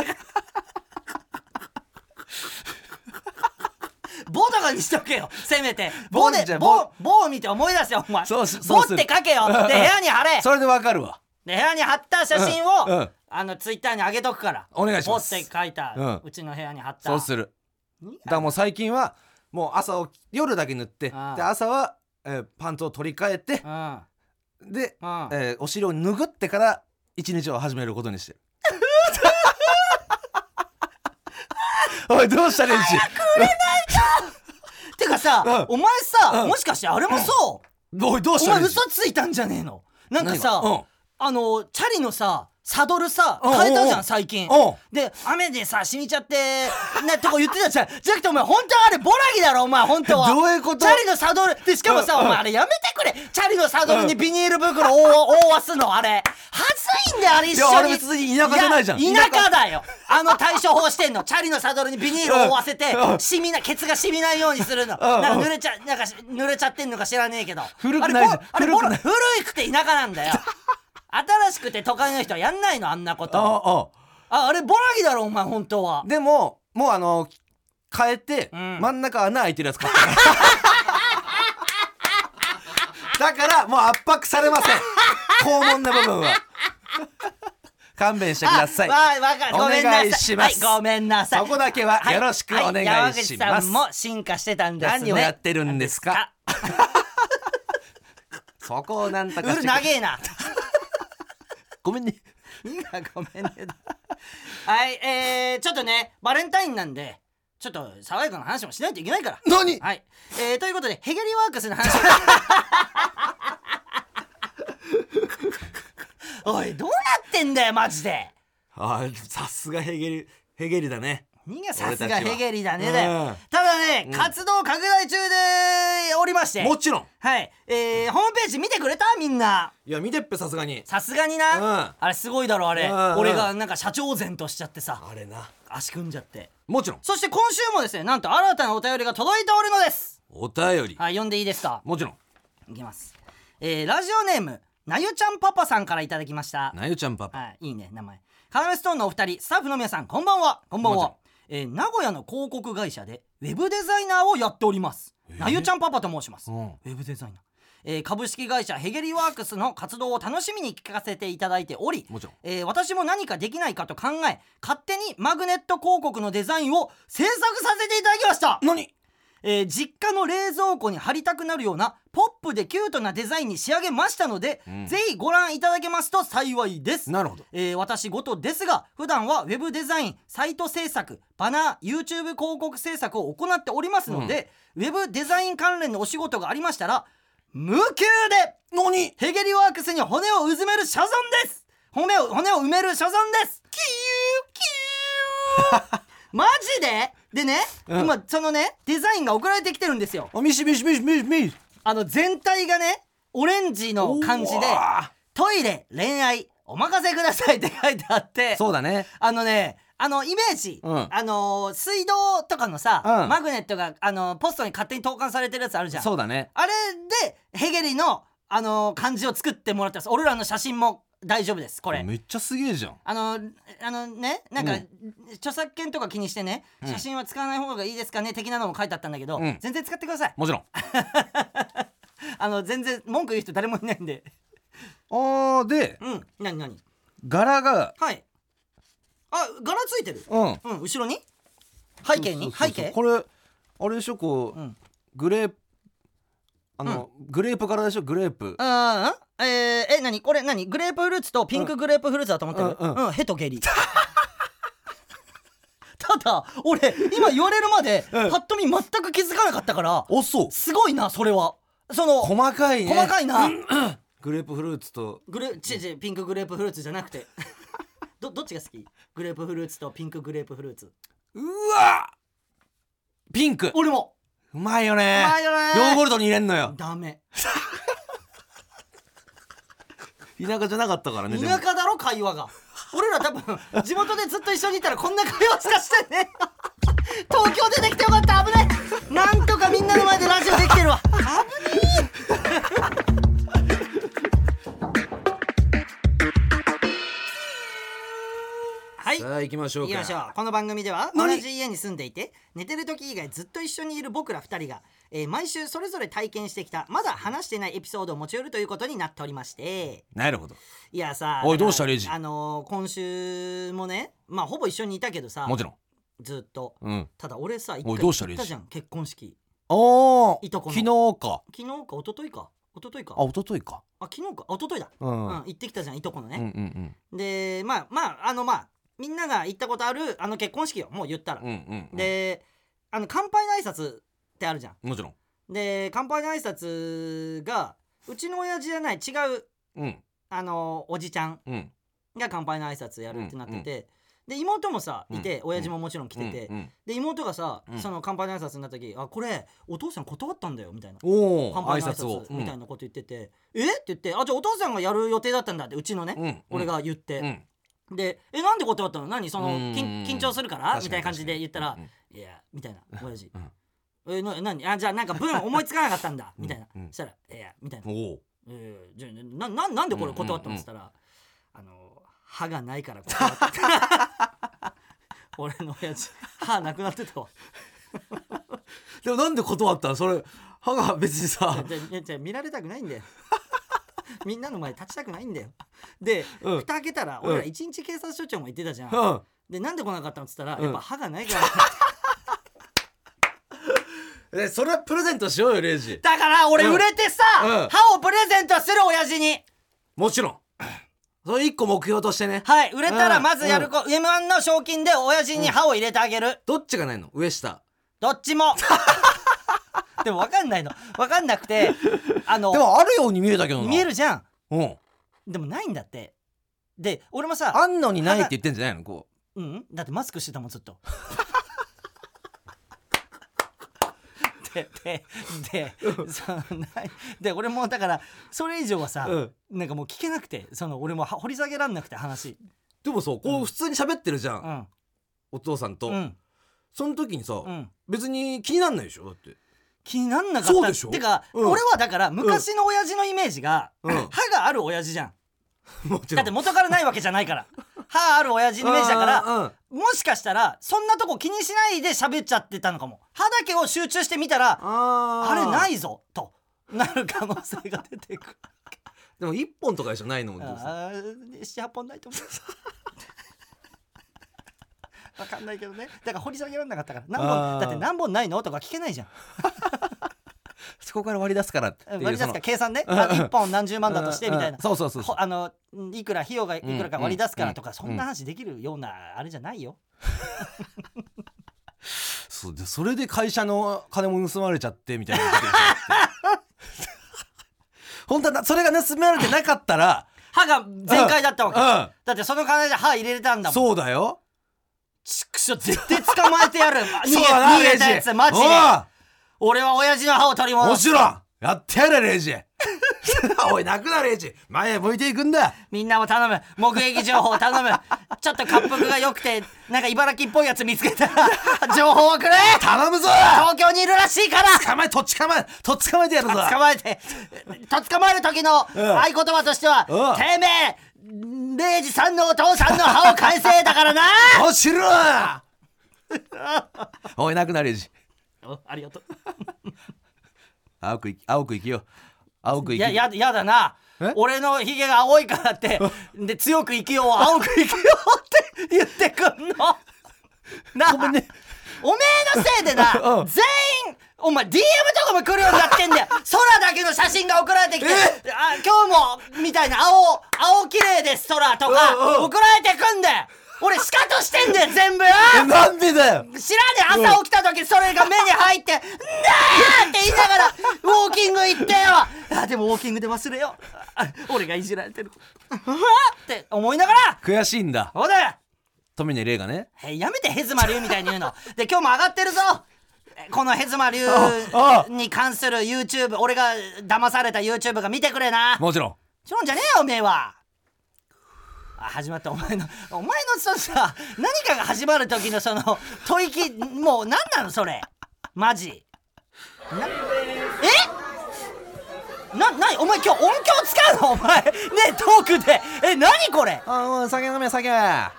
Speaker 2: ボとかにしとけよせめてボ
Speaker 1: ボに
Speaker 2: で
Speaker 1: じゃ
Speaker 2: ボ
Speaker 1: ボ
Speaker 2: ボを見て思い出せよお前
Speaker 1: そうすそ
Speaker 2: ボ
Speaker 1: う
Speaker 2: っ
Speaker 1: する
Speaker 2: て書けよで部屋に貼れ
Speaker 1: それでわかるわ
Speaker 2: で部屋に貼った写真を、
Speaker 1: うんうん
Speaker 2: あのツイッターに上げとくから
Speaker 1: お願いします
Speaker 2: ポって書いた、
Speaker 1: う
Speaker 2: うんちの部屋に貼った
Speaker 1: そうするだからもう最近はもう朝起き夜だけ塗ってで
Speaker 2: ああ
Speaker 1: 朝は、えーパンツを取り替えて
Speaker 2: うんうん
Speaker 1: で、
Speaker 2: あ
Speaker 1: えーお尻を拭ってから
Speaker 2: [LAUGHS]
Speaker 1: 一日を始めることにしてるおいどうしたレンジ
Speaker 2: てかさ、
Speaker 1: う
Speaker 2: お前さ、
Speaker 1: うん
Speaker 2: もしかしてあれもそう、
Speaker 1: おいどうし
Speaker 2: お
Speaker 1: た
Speaker 2: 前
Speaker 1: レンジ
Speaker 2: 嘘ついたんじゃねえのなんかさ、
Speaker 1: 何がうん
Speaker 2: あのチャリのさサドルさ
Speaker 1: うん
Speaker 2: 変えたじゃ
Speaker 1: うん
Speaker 2: ん最近
Speaker 1: うん
Speaker 2: で雨でさ死にちゃってなとか言ってた
Speaker 1: [LAUGHS]
Speaker 2: じゃんじゃなくてお前本当はあれボラギだろお前本当は
Speaker 1: どういうこと
Speaker 2: チャリのサドルでしかもさ、
Speaker 1: うんうん
Speaker 2: お前あれやめてくれチャリのサドルにビニール袋を [LAUGHS] 覆わすのあれ恥ずいんだよあれ一緒
Speaker 1: い
Speaker 2: に
Speaker 1: やあれ別に田舎じゃないじゃん
Speaker 2: や田舎だよあの対処法してんのチャリのサドルにビニールを覆わせて
Speaker 1: うんうん
Speaker 2: 染みなケツが染みないようにするの
Speaker 1: んうん
Speaker 2: なんか濡れちゃなんかし濡れちゃってんのか知らねえけど
Speaker 1: 古くないじゃん
Speaker 2: あれボラあれ
Speaker 1: 古く
Speaker 2: ボラ古くて田舎なん [LAUGHS] だよ新しくて都会の人はやんないのあんなことあ
Speaker 1: あ
Speaker 2: あれボラギだろお前本当は
Speaker 1: あでももうあの変えて、
Speaker 2: ん
Speaker 1: 真ん中穴開いてるやつ買った [LAUGHS] だからもう圧迫されません肛門の部分は勘弁してください
Speaker 2: あわわかるごめ
Speaker 1: お
Speaker 2: んなさい
Speaker 1: 願いします
Speaker 2: はいごめんなさい
Speaker 1: そこだけはよろしくお願いします
Speaker 2: はい山口さんも進化してたんですね
Speaker 1: 何をやってるんですかそこをなんと
Speaker 2: う
Speaker 1: か
Speaker 2: る長えな
Speaker 1: ごめんね
Speaker 2: いいなごめんねはいえー、ちょっとねバレンタインなんでちょっと爽やかな話もしないといけないから
Speaker 1: 何
Speaker 2: はい、えー、ということでヘゲリワークスの
Speaker 1: [LAUGHS]
Speaker 2: 話おいどうなってんだよマジで
Speaker 1: あーさすがヘゲリヘゲリだね
Speaker 2: 人間さすがヘゲリだね
Speaker 1: 俺
Speaker 2: だ
Speaker 1: たち
Speaker 2: よ
Speaker 1: は、うん
Speaker 2: ただね、活動拡大中でおりまして
Speaker 1: もちろん
Speaker 2: はいえー、ホームページ見てくれたみんない
Speaker 1: や見てっぺさすがに
Speaker 2: さすがにな、
Speaker 1: うん
Speaker 2: あれすごいだろあれ、
Speaker 1: うんうん
Speaker 2: 俺がなんか社長然としちゃってさ
Speaker 1: あれな
Speaker 2: 足組んじゃって
Speaker 1: もちろん
Speaker 2: そして今週もですねなんと新たなお便りが届いておるのです
Speaker 1: お便り
Speaker 2: はい読んでいいですか
Speaker 1: もちろん
Speaker 2: いきます、えー、ラジオネームなゆちゃんパパさんからいただきました
Speaker 1: なゆちゃんパパ
Speaker 2: はいいいね名前カラメストーンのお二人スタッフの皆さんこんばんはこんばん
Speaker 1: こんばん
Speaker 2: は
Speaker 1: は、
Speaker 2: えー、名古屋の広告会社でウェブデザイナーをやっております、なゆちゃんパパと申します、
Speaker 1: うん
Speaker 2: ウェブデザイナーえー株式会社ヘゲリワークスの活動を楽しみに聞かせていただいており
Speaker 1: もちろん
Speaker 2: えー私も何かできないかと考え勝手にマグネット広告のデザインを制作させていただきました
Speaker 1: 何
Speaker 2: えー実家の冷蔵庫に貼りたくなるようなポップでキュートなデザインに仕上げましたので、
Speaker 1: ん
Speaker 2: ぜひご覧いただけますと幸いです
Speaker 1: なるほど
Speaker 2: えー私ごとですが普段はウェブデザインサイト制作バナー YouTube 広告制作を行っておりますので、ウェブデザイン関連のお仕事がありましたら無給で
Speaker 1: 何
Speaker 2: ヘゲリワークスに骨をうずめる所存です骨を骨を埋める所存ですキューキュー [LAUGHS] マジででね、
Speaker 1: うん
Speaker 2: 今そのねデザインが送られてきてるんですよ
Speaker 1: あミシミシミシミシミシ
Speaker 2: あの全体がねオレンジの感じで
Speaker 1: うわ
Speaker 2: トイレ恋愛お任せくださいって書いてあって
Speaker 1: そうだね
Speaker 2: あのねあのイメージ、
Speaker 1: うん
Speaker 2: あのー水道とかのさ、
Speaker 1: うん
Speaker 2: マグネットがあのーポストに勝手に投函されてるやつあるじゃん
Speaker 1: そうだね
Speaker 2: あれでヘゲリのあのー漢字を作ってもらったんです俺らの写真も大丈夫ですこれ
Speaker 1: めっちゃすげえじゃん
Speaker 2: あのあのねなんか、
Speaker 1: う
Speaker 2: 著作権とか気にしてね写真は使わない方がいいですかね的なのも書いてあったんだけど、
Speaker 1: うん
Speaker 2: 全然使ってください
Speaker 1: もちろん
Speaker 2: あの全然文句言う人誰もいないんで [LAUGHS]
Speaker 1: あーで
Speaker 2: うん何何
Speaker 1: 柄が
Speaker 2: はいあ柄ついてる
Speaker 1: うん
Speaker 2: うん後ろに背
Speaker 1: そう
Speaker 2: 景に
Speaker 1: そうそう
Speaker 2: 背景
Speaker 1: これあれでしょこう、
Speaker 2: うん
Speaker 1: グレープあの、グレープ柄でしょグレープ
Speaker 2: ああ、えー、え、何これ何グレープフルーツとピンクグレープフルーツだと思ってる、う、
Speaker 1: うんんうん
Speaker 2: ヘとゲリ。 [LAUGHS] ただ、俺、今言われるまで、
Speaker 1: うん
Speaker 2: ぱっと見全く気づかなかったから、
Speaker 1: おそう
Speaker 2: すごいな、それは。その、
Speaker 1: 細かいね
Speaker 2: 細かいな。
Speaker 1: グレープフルーツと
Speaker 2: グレ、ちち、ピンクグレープフルーツじゃなくて。 [LAUGHS] ど、どっちが好きグレープフルーツとピンクグレープフルーツ。
Speaker 1: うわピンク
Speaker 2: 俺も。
Speaker 1: うまいよね
Speaker 2: うまいよね
Speaker 1: ヨーグルトに入れんのよ
Speaker 2: ダメ。
Speaker 1: 田舎じゃなかったからねでも
Speaker 2: 田舎だろ会話が俺ら多分地元でずっと一緒にいたらこんな会話つかしてね [LAUGHS] 東京出てきてよかった危ないなんとかみんなの前でラジオできてるわ危ねえはい
Speaker 1: さあ行きましょう
Speaker 2: 行
Speaker 1: か
Speaker 2: きましょうこの番組では同
Speaker 1: 何
Speaker 2: じ家に住んでいて寝てる時以外ずっと一緒にいる僕ら2人が、えー毎週それぞれ体験してきたまだ話してないエピソードを持ち寄るということになっておりまして
Speaker 1: なるほど
Speaker 2: いやさ
Speaker 1: おい
Speaker 2: だから
Speaker 1: どうしたレイジ
Speaker 2: あのー今週もねまあほぼ一緒にいたけどさ
Speaker 1: もちろん
Speaker 2: ずっと
Speaker 1: うん
Speaker 2: ただ俺さ一
Speaker 1: お
Speaker 2: 回
Speaker 1: いどうしたレ
Speaker 2: 行
Speaker 1: イジ
Speaker 2: ったじゃん結婚式
Speaker 1: おお
Speaker 2: いとこ
Speaker 1: 昨
Speaker 2: の
Speaker 1: 日か
Speaker 2: 昨日か一昨日か一昨日か
Speaker 1: あ一昨日か
Speaker 2: あ昨日か一昨日だ、
Speaker 1: うん
Speaker 2: うん
Speaker 1: うん
Speaker 2: 行ってきたじゃんいとこの
Speaker 1: うんう
Speaker 2: ね、
Speaker 1: ん
Speaker 2: でまあまああのまあみんなが行ったことあるあの結婚式よもう言ったら、
Speaker 1: うんうんうん
Speaker 2: であの乾杯の挨拶ってあるじゃん
Speaker 1: もちろん
Speaker 2: で乾杯の挨拶がうちの親父じゃない違う
Speaker 1: うん
Speaker 2: あのおじちゃん
Speaker 1: うん
Speaker 2: が乾杯の挨拶やるってなってて、で妹もさいて、
Speaker 1: うん
Speaker 2: 親父ももちろん来てて、
Speaker 1: うんうん
Speaker 2: で妹がさ、
Speaker 1: うん
Speaker 2: その乾杯の挨拶になった時「あこれお父さん断ったんだよ」みたいな
Speaker 1: おお
Speaker 2: 乾
Speaker 1: 挨
Speaker 2: 杯の挨
Speaker 1: 拶
Speaker 2: 拶
Speaker 1: を
Speaker 2: みたいなこと言ってて「えっ?」て言って「あじゃあお父さんがやる予定だったんだ」ってうちのね、
Speaker 1: うん
Speaker 2: 俺が言っ
Speaker 1: う
Speaker 2: て、
Speaker 1: ん
Speaker 2: で「えなんで断ったの何その
Speaker 1: うん
Speaker 2: 緊緊張するから?」
Speaker 1: 確かに
Speaker 2: みたいな感じで言ったら
Speaker 1: 確かに
Speaker 2: 「いや」みたいな親父
Speaker 1: うん
Speaker 2: 「えな何あじゃあなんか文思いつかなかったんだ」みたいな
Speaker 1: うん
Speaker 2: そしたら「いや」みたいな
Speaker 1: うんおお
Speaker 2: えーじゃあなななんでこれ断っ
Speaker 1: うんう
Speaker 2: たの
Speaker 1: んうん
Speaker 2: っつったら、あの歯がないから断った [LAUGHS] って俺の親父歯なくなってたわ
Speaker 1: でもなんで断ったのそれ歯が別にさ
Speaker 2: じゃあじゃあ見られたくないんだよみんなの前立ちたくないんだよで、
Speaker 1: うん
Speaker 2: 蓋開けたら
Speaker 1: うん
Speaker 2: 俺ら一日警察署長も言ってたじゃん、
Speaker 1: うん
Speaker 2: でなんで来なかったのっつったら、
Speaker 1: うん
Speaker 2: やっぱ歯がないから
Speaker 1: えそれはプレゼントしようよレイジ
Speaker 2: [LAUGHS] だから俺
Speaker 1: うん
Speaker 2: 売れてさ、
Speaker 1: うん
Speaker 2: 歯をプレゼントする親父に
Speaker 1: もちろんそれ一個目標としてね
Speaker 2: はい売れたら
Speaker 1: うん
Speaker 2: まずやる子、m 1の賞金で親父に歯を入れてあげる、
Speaker 1: どっちがないの上下
Speaker 2: どっちも [LAUGHS] でも分かんないの分かんなくてあの
Speaker 1: でもあるように見えたけどな
Speaker 2: 見えるじゃん
Speaker 1: うん
Speaker 2: でもないんだってで俺もさ
Speaker 1: あんのにないって言ってんじゃないのこ
Speaker 2: うんだってマスクしてたもんずっと [LAUGHS] でででそのないで俺もだからそれ以上はさ、
Speaker 1: うん
Speaker 2: なんかもう聞けなくてその俺もは掘り下げらんなくて話
Speaker 1: うでもさこう普通に喋ってるじゃん、
Speaker 2: うん
Speaker 1: お父さんと、
Speaker 2: うん
Speaker 1: その時にさ、
Speaker 2: うん
Speaker 1: 別に気になんないでしょだって
Speaker 2: 気になんなかった
Speaker 1: そうでしょ
Speaker 2: てか、
Speaker 1: うん
Speaker 2: 俺はだから昔の親父のイメージが、
Speaker 1: うん
Speaker 2: 歯がある親父じゃん
Speaker 1: [LAUGHS] もちろ
Speaker 2: だ
Speaker 1: ん
Speaker 2: って元からないわけじゃな
Speaker 1: [LAUGHS]
Speaker 2: いから歯ある親父のイメージだから
Speaker 1: うんうん
Speaker 2: もしかしたらそんなとこ気にしないで喋っちゃってたのかも歯だけを集中してみたらあ
Speaker 1: あー
Speaker 2: れないぞとなる可能性が出てくる
Speaker 1: でも一本とかでしょないの [LAUGHS] もどうせ
Speaker 2: あー78本ないと思う [LAUGHS] わかんないけどねだから掘り下げられなかったから何
Speaker 1: あー
Speaker 2: 本だって何本ないのとか聞けないじゃん
Speaker 1: そこから割り出すからっていう
Speaker 2: 割り出すか
Speaker 1: その
Speaker 2: 計算
Speaker 1: [LAUGHS]
Speaker 2: ね1本何十万だとしてみたい
Speaker 1: うんう
Speaker 2: なん
Speaker 1: そうそうそうそ
Speaker 2: ほあのんいくら費用がいくらか割り出すからとか、
Speaker 1: うん
Speaker 2: そんな話できるようなあれじゃないよ、
Speaker 1: うそうでそれで会社の金も盗まれちゃってみ
Speaker 2: [LAUGHS]
Speaker 1: たいなことでしょ本当はなそれが盗まれてなかったら
Speaker 2: 歯が全開だったわけ、
Speaker 1: うん
Speaker 2: だってその金で歯入れれたんだもん
Speaker 1: そうだよ
Speaker 2: ちくしょ絶対捕まえてやる逃
Speaker 1: [LAUGHS]
Speaker 2: げ
Speaker 1: そうだな
Speaker 2: 逃げたや
Speaker 1: レイ
Speaker 2: つ
Speaker 1: ジ
Speaker 2: マジで
Speaker 1: お
Speaker 2: 俺は親父の歯を取り
Speaker 1: う
Speaker 2: 戻
Speaker 1: も
Speaker 2: す
Speaker 1: ちろんやってやれレイジ [LAUGHS] おい泣くなレイジ前へ向いていくんだ
Speaker 2: みんなも頼む目撃情報を頼
Speaker 1: [LAUGHS]
Speaker 2: むちょっと滑腹が良くてなんか茨城っぽいやつ見つけたら [LAUGHS] 情報をくれ
Speaker 1: 頼むぞ
Speaker 2: 東京にいるらしいから
Speaker 1: 捕まえとっちかまえとっちかまえてやるぞ
Speaker 2: 捕まえてと捕まえる時
Speaker 1: ん
Speaker 2: の合言葉としては
Speaker 1: うん
Speaker 2: 「てめえ礼二さんのお父さんの歯を返せ」
Speaker 1: [LAUGHS]
Speaker 2: だからな
Speaker 1: おしろ
Speaker 2: [LAUGHS]
Speaker 1: おいなくなるじ
Speaker 2: おありがと
Speaker 1: 青くい青く生きよう青く生
Speaker 2: うい
Speaker 1: き
Speaker 2: やややだな
Speaker 1: え
Speaker 2: 俺のひげが青いか
Speaker 1: [LAUGHS]
Speaker 2: らってで強く生きよう青く生きようって [LAUGHS] 言ってくんのなあ
Speaker 1: ごめんね
Speaker 2: おめえのせいでな
Speaker 1: [LAUGHS] うん
Speaker 2: 全員お前 DM とかも来るようになっ
Speaker 1: [LAUGHS]
Speaker 2: てんだよ空だけの写真が送られてきて「あ今日も」みたいな「青青綺麗です空」と
Speaker 1: うんう
Speaker 2: か
Speaker 1: ん
Speaker 2: 送られてくんだよ俺シカトしてんだよ全部よ
Speaker 1: えなんでだよ
Speaker 2: 知らねえ朝起きた時それが目に入って「んだー!」って言いなが [LAUGHS] らウォーキング行ってよあでもウォーキングで忘れようあ俺がいじられてるうわーって思いながら
Speaker 1: 悔しいんだ
Speaker 2: そうだよ
Speaker 1: 富根玲がね
Speaker 2: えやめてヘズマ流みたいに言うので今日も上がってるぞえこのヘズマ流
Speaker 1: ああ
Speaker 2: に関する YouTube 俺が騙された YouTube が見てくれなも
Speaker 1: もちろん
Speaker 2: ちろんじゃねえよおめえはあ始まったお前のお前のそのさ何かが始まる時のその吐息もう何なのそれマジなえななにお前今日音響使うのお前ねえトークでえ何これ
Speaker 1: あもう酒飲め酒 [LAUGHS] あ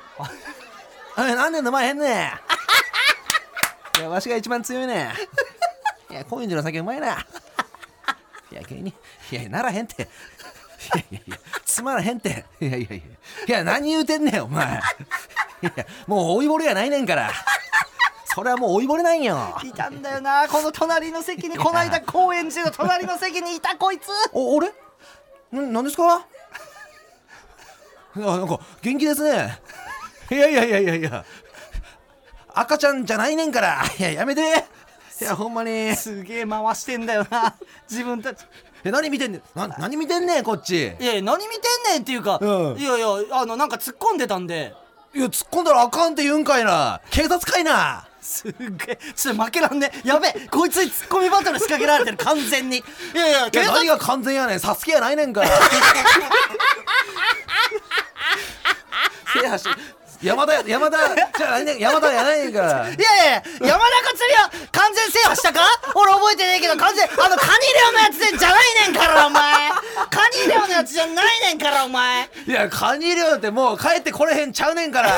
Speaker 1: なんで飲まへん [LAUGHS] ねんいやわしが一番強いねんいや高円寺の酒うまいないや君にいやならへんていやいやいやつまらへんていやいやいやいや何言うてんねんお前いやもう老いぼれやないねんからそれはもう老いぼれなんよ
Speaker 2: いたんだよなこの隣の席にこないだ高円寺の隣の席にいたこいつ
Speaker 1: お、あれ [LAUGHS] な、なんですかあ、なんか、元気ですね。 [LAUGHS] いやいやいやいやいや赤ちゃんじゃないねんから [LAUGHS] いややめていやほんまにえ
Speaker 2: すげえ回してんだよな自分たち
Speaker 1: 何見てんねんな何見てんねんこっち
Speaker 2: いやいや何見てんねんっていうか、
Speaker 1: うん
Speaker 2: いやいやあのなんか突っ込んでたんで
Speaker 1: いや突っ込んだらあかんって言うんかいな警察かいな
Speaker 2: すっげえちょっと負けらんねやべえこいつにツッコミバトル仕掛けられてる完全にいやいや
Speaker 1: いや
Speaker 2: 警察
Speaker 1: 何が完全やねんサスケやないねんから [LAUGHS] 制覇し山田や山田じゃないねん山田やないねんから
Speaker 2: いやいやいや山中釣りは完全制覇したか俺覚えてねえけど完全あのカニレオのやつでじゃないねんからお前カニレオのやつじゃないねんからお前
Speaker 1: いやカニ漁ってもう帰ってこれへんちゃうねんから
Speaker 2: い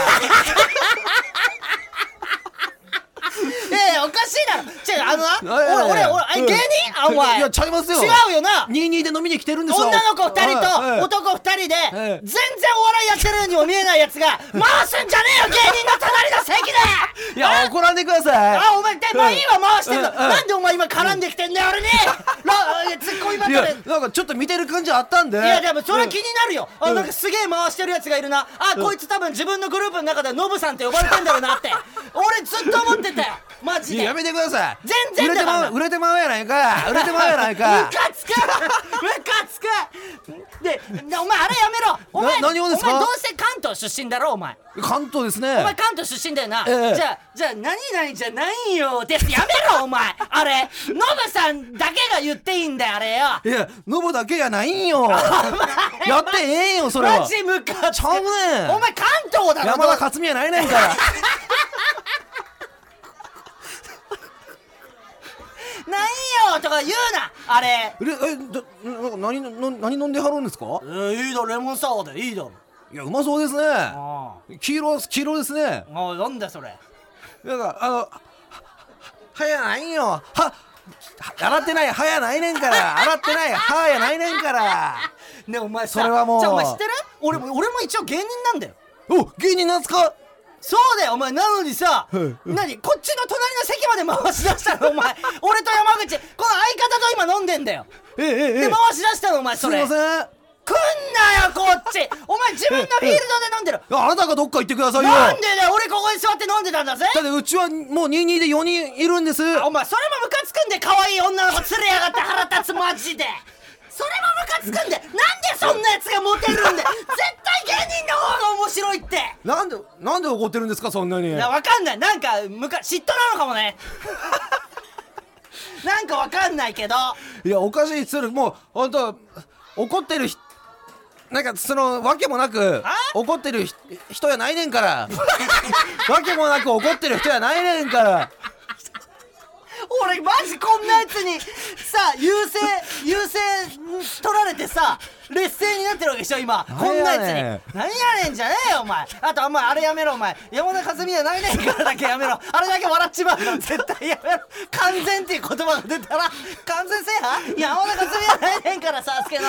Speaker 2: やいやおかしいだろ違うあの
Speaker 1: いやい
Speaker 2: な
Speaker 1: やい
Speaker 2: 俺
Speaker 1: や
Speaker 2: 俺俺あれ芸人あお前
Speaker 1: いやちゃいますよ
Speaker 2: 違うよな
Speaker 1: 22で飲みに来てるんですよ
Speaker 2: 女の子2人
Speaker 1: はい
Speaker 2: と
Speaker 1: は
Speaker 2: 男2人で
Speaker 1: ええ
Speaker 2: 全然お笑いやってるようにも見えないやつが回すんじゃねえよ芸人の隣の席で
Speaker 1: いいや怒らんでください
Speaker 2: あお前でもういいわ回してんの
Speaker 1: うんうん
Speaker 2: なんでお前今絡んできてんだよ
Speaker 1: [LAUGHS]
Speaker 2: 俺にらツッコミバト
Speaker 1: い
Speaker 2: ル
Speaker 1: やなんかちょっと見てる感じあったんでい
Speaker 2: いやでもそれ気になるよ、あなんかすげえ回してるやつがいるなあ、こいつ多分自分のグループの中でノブさんって呼ばれてんだろうなって
Speaker 1: [LAUGHS]
Speaker 2: 俺ずっと思ってたよマジで
Speaker 1: やめてください
Speaker 2: 全然
Speaker 1: 売れて
Speaker 2: だから
Speaker 1: まう売れてまうやないか売れてまうやない
Speaker 2: [LAUGHS]
Speaker 1: か
Speaker 2: ムカつくムカつくででお前あれやめろお前
Speaker 1: な何をですか
Speaker 2: お前どうせ関東出身だろお前
Speaker 1: 関東です
Speaker 2: お前
Speaker 1: ね
Speaker 2: 関東出身だよな、
Speaker 1: ええ
Speaker 2: じゃあじゃあ何々じゃないよですやめ
Speaker 1: [LAUGHS]
Speaker 2: ろお前あれノブさんだけが言っていいんだよあれよ
Speaker 1: いやノブだけやないんよやってええんよそれ
Speaker 2: マ
Speaker 1: は
Speaker 2: ジムカつ
Speaker 1: ち
Speaker 2: く
Speaker 1: ゃうねん
Speaker 2: お前関東だろ
Speaker 1: 山田勝美やないねんから
Speaker 2: なんよとか言うなあれ
Speaker 1: [LAUGHS] ええどな何何何飲んではるんですか
Speaker 2: えー、いいだろレモンサワーでいいだろ
Speaker 1: いやうまそうですね
Speaker 2: あ
Speaker 1: 黄色黄色ですね
Speaker 2: ああなんだそれ
Speaker 1: なんかあのははやないんよはは洗ってないはやないねんから洗ってないはやないねんから
Speaker 2: ねお前さ
Speaker 1: それはもう
Speaker 2: じゃあお前知ってる俺も俺も一応芸人なんだよ
Speaker 1: お芸人なんすか
Speaker 2: そうだよお前なのにさ
Speaker 1: うん
Speaker 2: 何こっちの隣の席まで回し出したのお前俺と山口この相方と今飲んでんだよ
Speaker 1: えええええ
Speaker 2: で
Speaker 1: え
Speaker 2: 回し出したのお前
Speaker 1: す
Speaker 2: そ
Speaker 1: い
Speaker 2: れ
Speaker 1: ませんあ
Speaker 2: 来んなよこっちお前自分のフィールドで飲んでる
Speaker 1: なたがどっか行ってくださいよ
Speaker 2: なんでだよ俺ここに座って飲んでたんだぜ
Speaker 1: だってうちはもう22で4人いるんです
Speaker 2: お前それもムカつくんで可愛い女の子連れやがって腹立つマジでそれもムカつくんでなんでそんなやつがモテるんで絶対芸人の方が面白いって
Speaker 1: なんでなんで怒ってるんですかそんなに
Speaker 2: いやわかんないなんかむか嫉妬なのかもね [LAUGHS] なんかわかんないけど
Speaker 1: いやおかしいそれもう本当怒ってるひなんかそのわけもなく怒ってるひ人やないねんからわけもなく怒ってる人やないねんから
Speaker 2: 俺マジこんなやつにさ優勢優勢取られてさ劣勢になってるわけでしょ今こんなやつに何やねんじゃねえよお前あとお前あれやめろお前山田和美やないねんからだけやめろあれだけ笑っちまうから絶対やめろ完全っていう言葉が出たら完全制覇山田和美やないねんからサスケの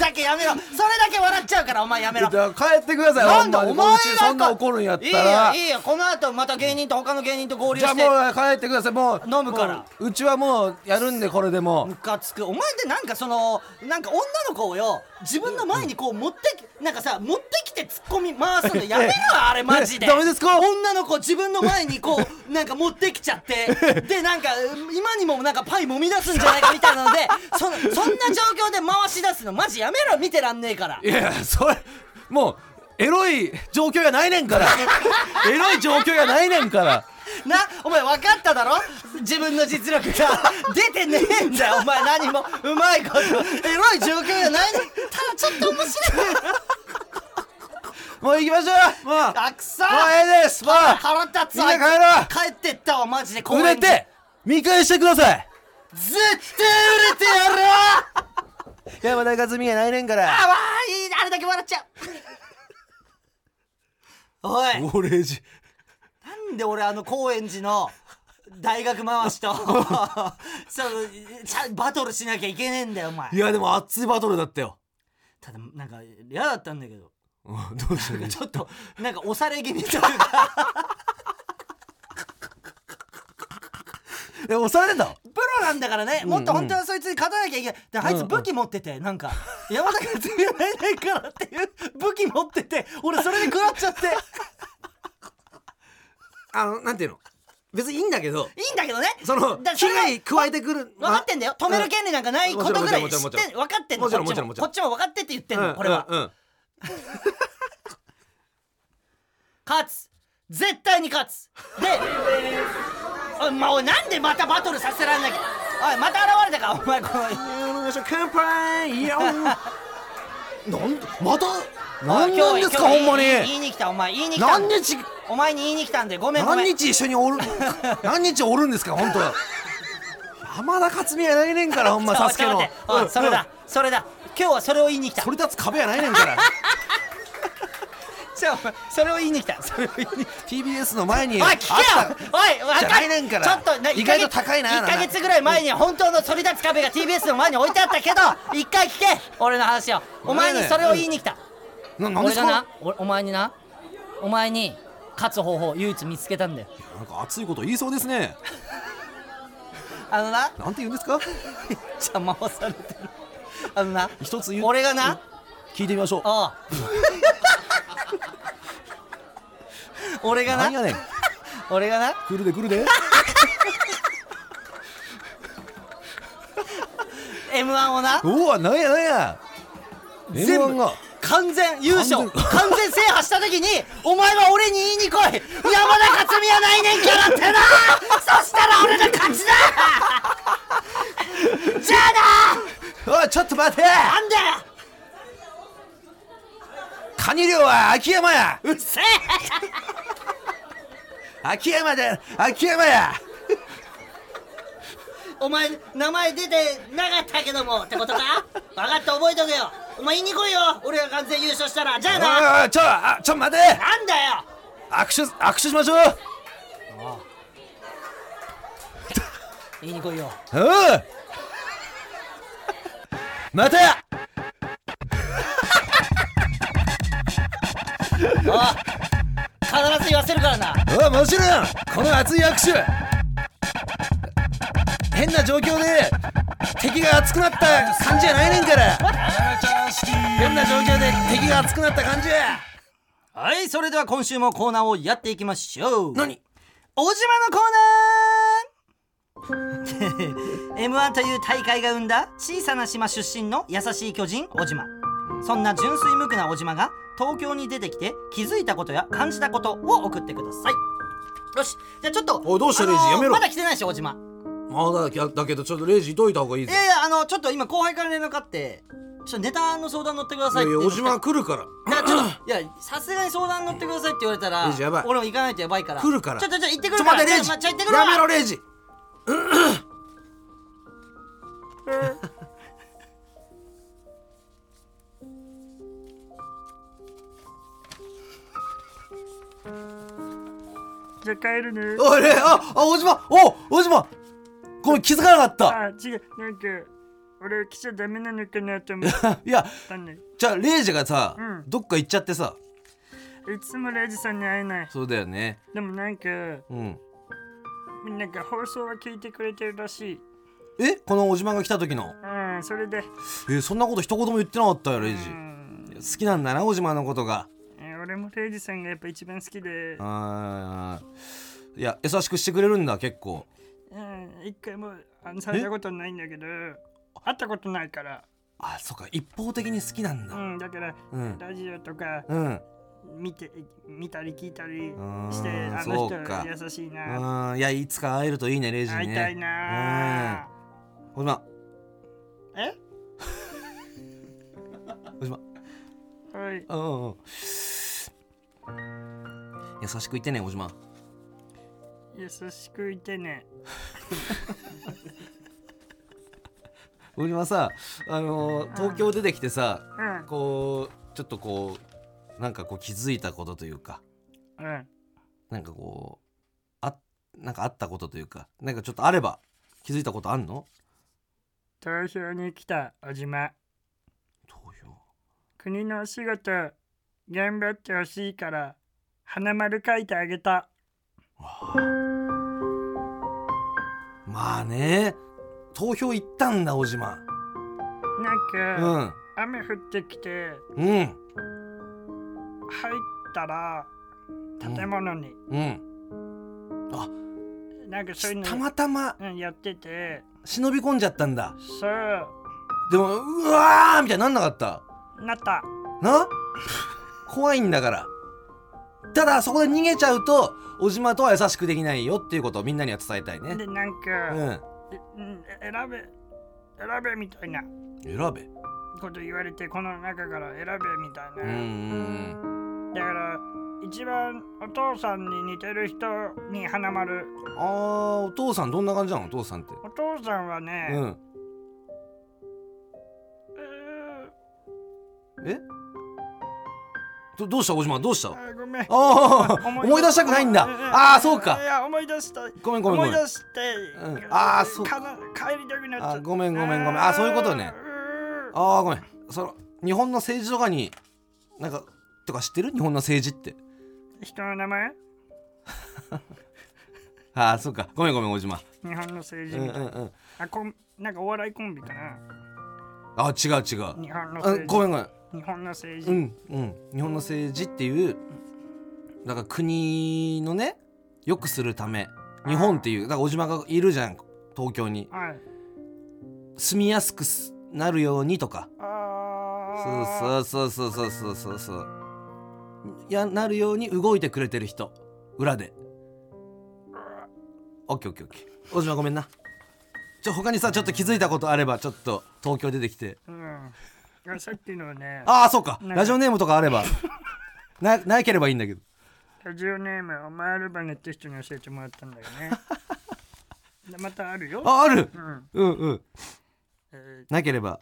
Speaker 2: だけやめろそれだけ笑っちゃうからお前やめろ
Speaker 1: だから帰ってください
Speaker 2: なんだ
Speaker 1: ほ
Speaker 2: お
Speaker 1: んまに
Speaker 2: 前
Speaker 1: うち
Speaker 2: な
Speaker 1: そ
Speaker 2: ん
Speaker 1: ん
Speaker 2: か
Speaker 1: な怒るんやったら
Speaker 2: いいよいいよこの後また芸人と他の芸人と合流
Speaker 1: じゃ
Speaker 2: し
Speaker 1: あ
Speaker 2: て
Speaker 1: もう帰ってくださいもう
Speaker 2: 飲むから
Speaker 1: もううちはもうやるんでこれでも
Speaker 2: ムカつくお前ってなんかそのなんか女の子をよ自分の前にこう持ってきなんかさ持ってきてツッコミ回すのやめ
Speaker 1: [LAUGHS]
Speaker 2: ろあれマジで
Speaker 1: えダメですか
Speaker 2: 女の子自分の前にこ
Speaker 1: [LAUGHS]
Speaker 2: うなんか持ってきちゃってでなんか今にもなんかパイ揉み出すんじゃないかみたいな
Speaker 1: [LAUGHS]
Speaker 2: のでそのそんな状況で回し出すのマジやめろ見てらんねえから
Speaker 1: ういやそれもうエロい状況やないねんから [LAUGHS] エロい状況やないねんから
Speaker 2: なお前分かっただろ自分の実力
Speaker 1: [LAUGHS]
Speaker 2: が出てねえんだよお前何もうまいことエロい状況じゃないのただちょっと面白い
Speaker 1: [LAUGHS] もう行きましょうもうもう
Speaker 2: あくそ
Speaker 1: ええですもう
Speaker 2: 腹立つわ
Speaker 1: みんな帰
Speaker 2: 帰ってったわマジで
Speaker 1: ろう売れて見返してください
Speaker 2: 絶対売れてやるわ
Speaker 1: 山田和美がないねんから
Speaker 2: あわーいいなあれだけ笑っちゃうおい
Speaker 1: オレンジ
Speaker 2: なんで俺あの高円寺の大学回しと [LAUGHS] そのちゃんバトルしなきゃいけねえんだよお前
Speaker 1: いやでも熱いバトルだったよ
Speaker 2: ただなんか嫌だったんだけど
Speaker 1: うんどうしたらいい
Speaker 2: [LAUGHS] ちょっとなんか押され気味というか
Speaker 1: [LAUGHS] え押されてんだ
Speaker 2: プロなんだからねもっと本当はそいつに勝たなきゃいけないであいつ武器持っててなんか山
Speaker 1: [LAUGHS]
Speaker 2: [LAUGHS] 田君強いないからっていう武器持ってて俺それで食らっちゃって
Speaker 1: [LAUGHS] あのなんていうの別にいいんだけど
Speaker 2: いいんだけどね
Speaker 1: その
Speaker 2: だ
Speaker 1: 被
Speaker 2: それは
Speaker 1: 害加えてくる
Speaker 2: 分かってんだよ止める権利なんかないことぐらい
Speaker 1: もち
Speaker 2: 知
Speaker 1: ろん
Speaker 2: っ
Speaker 1: もち
Speaker 2: て
Speaker 1: ろんもち
Speaker 2: 分かってんの
Speaker 1: もちろん
Speaker 2: こっ
Speaker 1: もち
Speaker 2: ち
Speaker 1: ろんもちろん
Speaker 2: こっちも分かってって言ってん
Speaker 1: うん
Speaker 2: のこれは
Speaker 1: うんうん
Speaker 2: 勝つ絶対に勝つでおい、ま、おいなんでまたバトルさせられなきゃおいまた現れたかお前この
Speaker 1: いやお願いします乾杯いやおなんでまた
Speaker 2: おい
Speaker 1: 何
Speaker 2: 今
Speaker 1: なん
Speaker 2: 日
Speaker 1: ですか
Speaker 2: 今
Speaker 1: ほんま
Speaker 2: 日
Speaker 1: に
Speaker 2: 言い言いに来たお前言いに来たん
Speaker 1: 何
Speaker 2: だ
Speaker 1: 日
Speaker 2: お前に言いに来たんでごめんご
Speaker 1: 何
Speaker 2: めん
Speaker 1: 日一緒におる何日おるんですか本当山田勝美やないねんからほんま
Speaker 2: ちょ
Speaker 1: サスケの
Speaker 2: ちょ待っておい
Speaker 1: うん
Speaker 2: それだそれだ今日はそれを言いに来た
Speaker 1: 取り立つ壁やないねんから
Speaker 2: じゃあお前それを言いに来たそれを言いに来た
Speaker 1: TBS の前に
Speaker 2: おい
Speaker 1: あ
Speaker 2: 聞けよ
Speaker 1: った
Speaker 2: おいわ
Speaker 1: じゃ
Speaker 2: か
Speaker 1: ないねんから
Speaker 2: ちょっとな
Speaker 1: 意外と高いな
Speaker 2: 1か月ぐらい前に本当の反り立つ壁が TBS の前に置いてあったけど一回聞け俺の話をお前にそれを言いに来た
Speaker 1: ななんで
Speaker 2: 俺
Speaker 1: す
Speaker 2: が
Speaker 1: か
Speaker 2: なおお前になお前に勝つ方法を唯一見つけたんだよ
Speaker 1: なんか熱いこと言いそうですね
Speaker 2: あのな
Speaker 1: なんて言うんですか
Speaker 2: 邪魔をされてるあのな
Speaker 1: 一つ言う
Speaker 2: 俺がな
Speaker 1: 聞いてみましょう
Speaker 2: ああ [LAUGHS] 俺が
Speaker 1: 何や
Speaker 2: な
Speaker 1: ねん
Speaker 2: 俺がな
Speaker 1: 来るで来るで
Speaker 2: m 1をな
Speaker 1: うわなんやなんや
Speaker 2: 全
Speaker 1: M1
Speaker 2: 部
Speaker 1: が
Speaker 2: 完全優
Speaker 1: 完
Speaker 2: 勝
Speaker 1: 全
Speaker 2: 完全制覇した時にお前は俺に言いに来い山田勝美は来年キャラってなそしたら俺の勝ちだじゃあな
Speaker 1: おいちょっと待て
Speaker 2: なんだ
Speaker 1: カニ漁は秋山や
Speaker 2: うっせえ
Speaker 1: 秋山だ秋山や
Speaker 2: お前名前出てなかったけどもってこと
Speaker 1: [LAUGHS]
Speaker 2: か分かった覚えとけよお前言いに来いよ俺が完全優勝したらじゃあ
Speaker 1: おい
Speaker 2: な
Speaker 1: おいおいちょあちょ待て
Speaker 2: なんだよ
Speaker 1: 握手握手しましょう
Speaker 2: 言いに来いよ
Speaker 1: [LAUGHS] うんまた
Speaker 2: 必ず言わせるからな
Speaker 1: うんもちろんこの熱い握手変な状況で敵が熱くなった感じじゃないねんから変な状況で敵が熱くなった感じや
Speaker 2: はいそれでは今週もコーナーをやっていきましょう
Speaker 1: 何
Speaker 2: 小島のコーナ [LAUGHS] ー M1 という大会が生んだ小さな島出身の優しい巨人小島そんな純粋無垢な小島が東京に出てきて気づいたことや感じたことを送ってくださいよしじゃあちょっと
Speaker 1: おいどうしたレイジやめろ
Speaker 2: まだ来てないでしょ小島
Speaker 1: まだだだけどちょっとレイジいといた方がいい
Speaker 2: いやいやあのちょっと今後輩から連絡あってちょっとネタの相談乗ってくださいっていうの来た
Speaker 1: 来るから
Speaker 2: いやちょっといやさすがに相談乗ってくださいって言われたら
Speaker 1: レイジやばい
Speaker 2: 俺も行かないとやばいから
Speaker 1: 来るから
Speaker 2: ちょちょちょ行ってく
Speaker 1: ち
Speaker 2: る
Speaker 1: ょ
Speaker 2: か
Speaker 1: 待
Speaker 2: ら
Speaker 1: ってレイジ
Speaker 2: ちょちょ行ってくるわ
Speaker 1: やめろレイジ
Speaker 6: じゃあ帰るね
Speaker 1: おいレイああ大島お大島ごめん気づかなかった
Speaker 6: あ違うなんか俺来ちゃダメなのかなと思っ
Speaker 1: [LAUGHS] いや
Speaker 6: たね
Speaker 1: じゃあレイジがさ、
Speaker 6: うん
Speaker 1: どっか行っちゃってさ
Speaker 6: いつもレイジさんに会えない
Speaker 1: そうだよね
Speaker 6: でもなんか
Speaker 1: うん
Speaker 6: みんなが放送は聞いてくれてるらしい
Speaker 1: えこの小島が来た時の
Speaker 6: うんそれで
Speaker 1: えーそんなこと一言も言ってなかったよレイジ
Speaker 6: うん
Speaker 1: 好きなんだな小島のことが
Speaker 6: え俺もレイジさんがやっぱ一番好きで
Speaker 1: あーいや優しくしてくれるんだ結構
Speaker 6: うん一回もあのされたことないんだけど会ったことないから
Speaker 1: あそっか一方的に好きなん
Speaker 6: う
Speaker 1: だ
Speaker 6: んだから
Speaker 1: うん
Speaker 6: ラジオとか
Speaker 1: うん、うん
Speaker 6: 見て見たり聞いたり
Speaker 1: ーん
Speaker 6: してあ
Speaker 1: そ
Speaker 6: の
Speaker 1: う
Speaker 6: 人
Speaker 1: か
Speaker 6: 優しいな、
Speaker 1: いやいつか会えるといいねレイジにね
Speaker 6: 会いたいな
Speaker 1: うん小島
Speaker 6: え
Speaker 1: 小島
Speaker 6: はい
Speaker 1: うんうん優しく言ってね小島
Speaker 6: 優しくいてね
Speaker 1: 小島さあのー東京出てきてさ
Speaker 6: うん
Speaker 1: こうちょっとこうなんかこう気づいたことというか
Speaker 6: うん
Speaker 1: なんかこうあなんかあったことというかなんかちょっとあれば気づいたことあんの
Speaker 6: 東京に来た小島
Speaker 1: 投票
Speaker 6: 国のお仕事頑張ってほしいから花丸書いてあげた
Speaker 1: まあね投票行ったんだ小島
Speaker 6: な
Speaker 1: うん
Speaker 6: か、
Speaker 1: ん
Speaker 6: 雨降ってきて
Speaker 1: うん
Speaker 6: 入ったら建物に
Speaker 1: うん
Speaker 6: なんかそういうの
Speaker 1: たまたま
Speaker 6: うんやってて
Speaker 1: 忍び込んじゃったんだ
Speaker 6: そう
Speaker 1: でもうわーみたいになんなかった
Speaker 6: なった
Speaker 1: な [LAUGHS] 怖いんだからただそこで逃げちゃうと小島とは優しくできないよっていうことをみんなには伝えたいね
Speaker 6: でなん
Speaker 1: う
Speaker 6: か、
Speaker 1: ん
Speaker 6: うん、選べ選べみたいな
Speaker 1: 選べ
Speaker 6: こと言われてこの中から選べみた
Speaker 1: う
Speaker 6: い
Speaker 1: ーん
Speaker 6: な、だから一番お父さんに似てる人に花丸
Speaker 1: あーお父さんどんな感じなのお父さんって
Speaker 6: お父さんはね、
Speaker 1: うん
Speaker 6: えー
Speaker 1: えどどうした小島どうした
Speaker 6: あーごめん
Speaker 1: ああ思い出したくないんだ
Speaker 6: うん
Speaker 1: ああそうか
Speaker 6: いや思い出した
Speaker 1: ごめんごめんごめん
Speaker 6: 思い出して、
Speaker 1: うんあーそう
Speaker 6: かな帰りたくなっちゃっ
Speaker 1: あ
Speaker 6: た
Speaker 1: ーごめんごめんごめんあーそういうことね
Speaker 6: うー
Speaker 1: ああごめんその日本の政治とかになんかとか知ってる日本の政治って
Speaker 6: 人の名前
Speaker 1: ああそうかごめんごめん小島
Speaker 6: 日本の政
Speaker 1: う
Speaker 6: 治
Speaker 1: ん
Speaker 6: み
Speaker 1: う
Speaker 6: た
Speaker 1: ん
Speaker 6: いな、
Speaker 1: うん
Speaker 6: あこんなんかお笑いコンビかな
Speaker 1: あ違う違う
Speaker 6: 日本の
Speaker 1: うん
Speaker 6: 政
Speaker 1: ご
Speaker 6: 治
Speaker 1: めんごめん
Speaker 6: 日本の政治、
Speaker 1: うんうん日本の政治っていうだから国のね良くするため日本っていうだから小島がいるじゃん東京に
Speaker 6: はい
Speaker 1: 住みやすくすなるようにとかそ
Speaker 6: あ
Speaker 1: うそうそうそうそうそうそういやなるように動いてくれてる人裏でオッケーオッケーオッケー小島ごめんなちょ他にさちょっと気づいたことあればちょっと東京出てきて
Speaker 6: ううんあさっきのね
Speaker 1: ああそうか
Speaker 6: なんか
Speaker 1: ラジオネームとかあ [LAUGHS] ればななければいいんだけど
Speaker 6: ラジオネームオマールバネって人に教えてもらったんだよねでまたあるよ
Speaker 1: あある
Speaker 6: うん、
Speaker 1: うんうん
Speaker 6: え
Speaker 1: なければ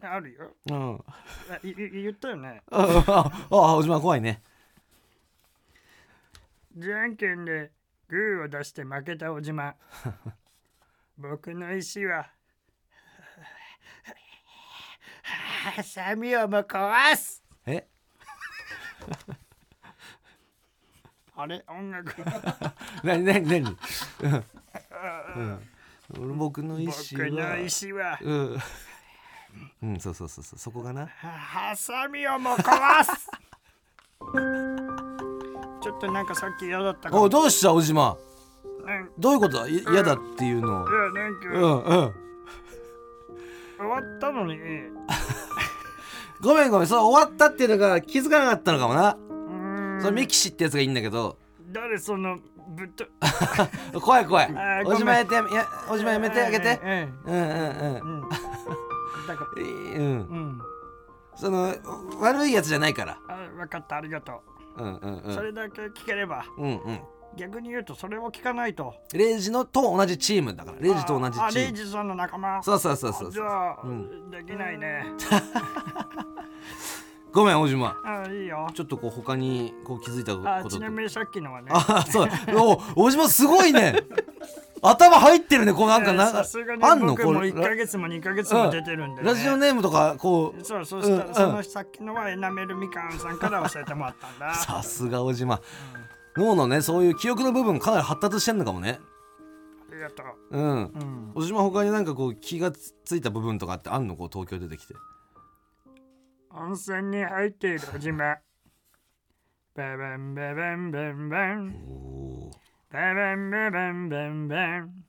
Speaker 6: ーあるよ
Speaker 1: うんあ
Speaker 6: あいい言ったよね
Speaker 1: あああ小島怖いね
Speaker 6: じゃんけんでグーを出して負けたおじま僕の石はハサミをも壊す
Speaker 1: え
Speaker 6: あれ音楽
Speaker 1: なになになにうん、うん、僕の意思は
Speaker 6: 僕の石は
Speaker 1: うん、うん、そうそうそうそうそこがな
Speaker 6: ハサミをも壊
Speaker 1: [LAUGHS]
Speaker 6: すちょっとなんかさっき嫌だったか
Speaker 1: お
Speaker 6: も
Speaker 1: いどうした小島
Speaker 6: なんい
Speaker 1: どういうことだい嫌だっていうのを
Speaker 6: やなん
Speaker 1: う
Speaker 6: か
Speaker 1: んうん
Speaker 6: 終わったのに
Speaker 1: ごめんごめんそう終わったっていうのが気づかなかったのかもな
Speaker 6: うん
Speaker 1: そのミキシってやつがいいんだけど
Speaker 6: 誰そのぶっと
Speaker 1: 怖い怖い
Speaker 6: ーごめん
Speaker 1: 小島やってやめや小島やめてあげて
Speaker 6: うんうん
Speaker 1: うんうん
Speaker 6: うんうんだから
Speaker 1: うんうん
Speaker 6: うん
Speaker 1: その悪いやつじゃないから
Speaker 6: あ分かったありがとう、
Speaker 1: うんうんう
Speaker 6: そ
Speaker 1: ん
Speaker 6: れだけ聞ければ
Speaker 1: うんうん
Speaker 6: 逆に言うとそれを聞かないと
Speaker 1: レイジのと同じチームだからレイジと同じチ
Speaker 6: ああレ
Speaker 1: ー
Speaker 6: イ
Speaker 1: ム
Speaker 6: ジさんの仲間
Speaker 1: そうそうそうそう
Speaker 6: じ
Speaker 1: そう
Speaker 6: ゃあ、
Speaker 1: うん
Speaker 6: できないね
Speaker 1: ごめん小島
Speaker 6: あいいよ
Speaker 1: ちょっとこう他にこう気づいたこと
Speaker 6: あ
Speaker 1: と
Speaker 6: ちなみにさっきのはね
Speaker 1: あそうお大島すごいね頭入ってるねこうなんか
Speaker 6: えー
Speaker 1: なん
Speaker 6: さ
Speaker 1: か
Speaker 6: すがに
Speaker 1: あんの
Speaker 6: 僕
Speaker 1: こ
Speaker 6: も
Speaker 1: れ
Speaker 6: 1か月も2か月も出てるんで、
Speaker 1: ララ
Speaker 6: ね
Speaker 1: ジオネームとかこう
Speaker 6: そうそうしたら、
Speaker 1: うんうん
Speaker 6: そのさっきのはエナメルみかんさんから教えてもらった
Speaker 1: [LAUGHS]
Speaker 6: んだ
Speaker 1: さすが小島脳のねそういう記憶の部分かなり発達してんのかもね
Speaker 6: ありがと
Speaker 1: うん
Speaker 6: う、うん、
Speaker 1: 小島他になんかこう気がついた部分とかってあんのこう東京出てきて
Speaker 6: 温泉に入っている小島ベベンベベンベンベン
Speaker 1: おお
Speaker 6: ベベンベベンベンベン。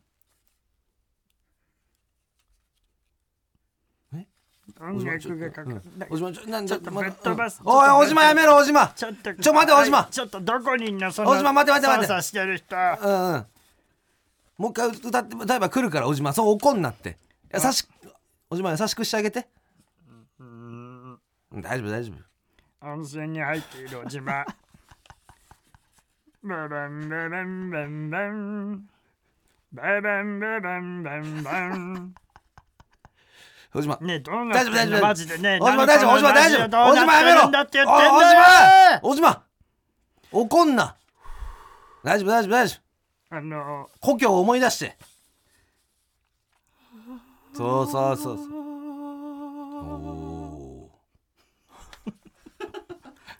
Speaker 1: え
Speaker 6: 音楽がかかる。
Speaker 1: 小島ちょなんちょ
Speaker 6: ちょっと
Speaker 1: まだ
Speaker 6: ぶっ飛ばす
Speaker 1: うんおい小島やめろ小島
Speaker 6: ちょっと、
Speaker 1: ちょ待て小島
Speaker 6: ちょっとどこにいんのその
Speaker 1: 小島待て待て待て
Speaker 6: 操作してる人。
Speaker 1: うんうんもう一回歌って歌えば来るから小島そう怒んなって優しく小島優しくしてあげて
Speaker 6: うん
Speaker 1: うん大丈夫大丈夫
Speaker 6: 温泉に入っている
Speaker 1: [LAUGHS]
Speaker 6: 小島。ベベンベベンベンベン。ベベンベベンベンベン。
Speaker 1: 小島
Speaker 6: ねえ、どうなって
Speaker 1: 大丈夫大
Speaker 6: ん
Speaker 1: 丈
Speaker 6: の
Speaker 1: 夫
Speaker 6: マジでね。
Speaker 1: 大島大丈夫大島大丈夫
Speaker 6: 大
Speaker 1: 大島やめろ
Speaker 6: んだって言ってんだよ
Speaker 1: おい大島大島怒んな大丈夫大丈夫大丈夫
Speaker 6: あの、
Speaker 1: 故郷を思い出してそうそうそう
Speaker 6: [LAUGHS]
Speaker 1: そうおー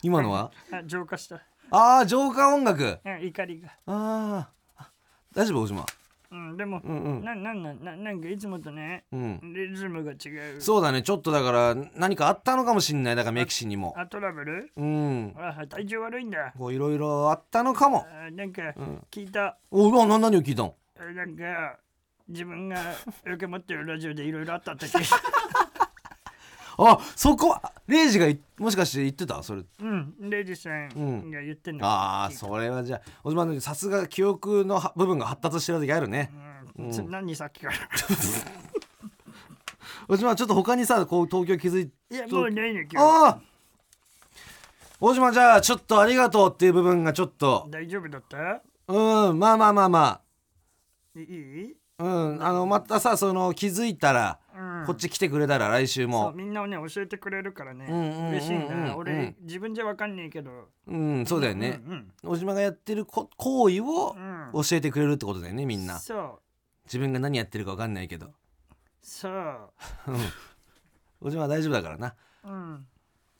Speaker 1: 今のは
Speaker 6: あ浄化した。
Speaker 1: ああ浄化音楽
Speaker 6: うん怒りが。
Speaker 1: ああ大丈夫小島
Speaker 6: うん、でも、
Speaker 1: うんうん
Speaker 6: ななんなんななんかいつもとね、
Speaker 1: うん
Speaker 6: リズムが違う
Speaker 1: そうだねちょっとだから何かあったのかもしんないだからメキシにも
Speaker 6: あトラブル
Speaker 1: うん
Speaker 6: あ体調悪いんだ
Speaker 1: こういろいろあったのかも
Speaker 6: あなんか聞いた、
Speaker 1: おなな何を聞いたの
Speaker 6: あなんか自分が受け持ってるラジオでいろいろあっ
Speaker 1: [LAUGHS]
Speaker 6: たって聞いた
Speaker 1: あそこはレイジがいもしかして言ってたそれ
Speaker 6: うんレイジさんが言ってんの、
Speaker 1: ああそれはじゃあおじまのさすが記憶のは部分が発達してる時あるね
Speaker 6: うんつ何さ
Speaker 1: [LAUGHS]
Speaker 6: っきから
Speaker 1: おじまちょっと他にさこう東京気づい
Speaker 6: いやもうないの今日
Speaker 1: ああ大島じゃあちょっとありがとうっていう部分がちょっと
Speaker 6: 大丈夫だった
Speaker 1: うんまあまあまあま
Speaker 6: いい
Speaker 1: あうんあのまたさその気づいたら
Speaker 6: うん
Speaker 1: こっち来てくれたら来週
Speaker 6: そう
Speaker 1: も
Speaker 6: みんなをね教えてくれるからね、
Speaker 1: うんうんうんうん
Speaker 6: 嬉しいな
Speaker 1: うん
Speaker 6: 俺自分じゃわかんねえけど
Speaker 1: うんそうだよね
Speaker 6: うん
Speaker 1: 小島がやってるこ行為を
Speaker 6: うん、
Speaker 1: 教えてくれるってことだよねみんな
Speaker 6: そう
Speaker 1: 自分が何やってるか分かんないけど
Speaker 6: そう
Speaker 1: 小島は大丈夫だからな
Speaker 6: うん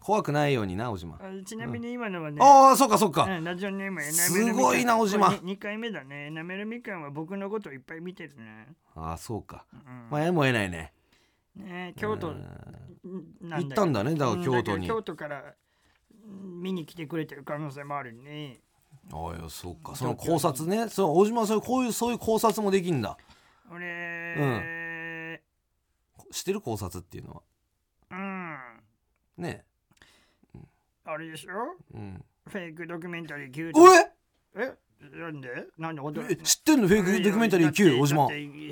Speaker 1: 怖くないようにな小島
Speaker 6: あちなみに今のはね、
Speaker 1: ああそっかそっか
Speaker 6: うんラジオネームエナメルみかん
Speaker 1: すごいな小島
Speaker 6: これに二回目だねエナメルみかんは僕のこといっぱい見てるね、
Speaker 1: ああそうか
Speaker 6: うん
Speaker 1: まあやむを得ないね
Speaker 6: ね京都な
Speaker 1: 行
Speaker 6: ん
Speaker 1: っ
Speaker 6: だけど
Speaker 1: たんだねだから
Speaker 6: うん
Speaker 1: 京都
Speaker 6: だけ
Speaker 1: に
Speaker 6: ど京都からうん見に来てくれてる可能性もあるね
Speaker 1: ああそうかその考察ねその大島はそういうこういうそういう考察もできんだ
Speaker 6: 俺
Speaker 1: してる考察っていうのは
Speaker 6: うん、
Speaker 1: ね
Speaker 6: あれでしょ
Speaker 1: うん
Speaker 6: フェイクドキュメンタリー9
Speaker 1: おえ
Speaker 6: えなんでなんで
Speaker 1: え知ってんのフェイクドキュメンタリー9大島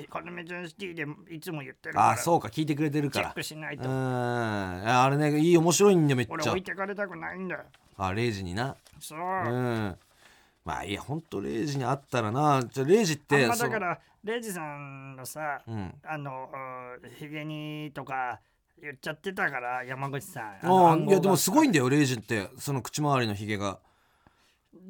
Speaker 6: カルメちゃんシティでいつも言ってるから
Speaker 1: ああそうか聞いてくれてる
Speaker 6: チ
Speaker 1: か
Speaker 6: ェ
Speaker 1: ら
Speaker 6: ックしないうと
Speaker 1: んああれねいい面白いんだよめっ
Speaker 6: 俺
Speaker 1: ちゃ
Speaker 6: 置いてかれたくないんだよ
Speaker 1: あ0時にな
Speaker 6: そう、
Speaker 1: う
Speaker 6: あん
Speaker 1: んまあいやほんと0時にあったらなじゃあ0時って
Speaker 6: まだか
Speaker 1: そう
Speaker 6: らレイジさんのさ、
Speaker 1: うん
Speaker 6: あのうんヒゲにとか言っちゃってたから山口さん
Speaker 1: ああいやでもすご
Speaker 6: い
Speaker 1: いんだよレイジってその口周りのヒゲが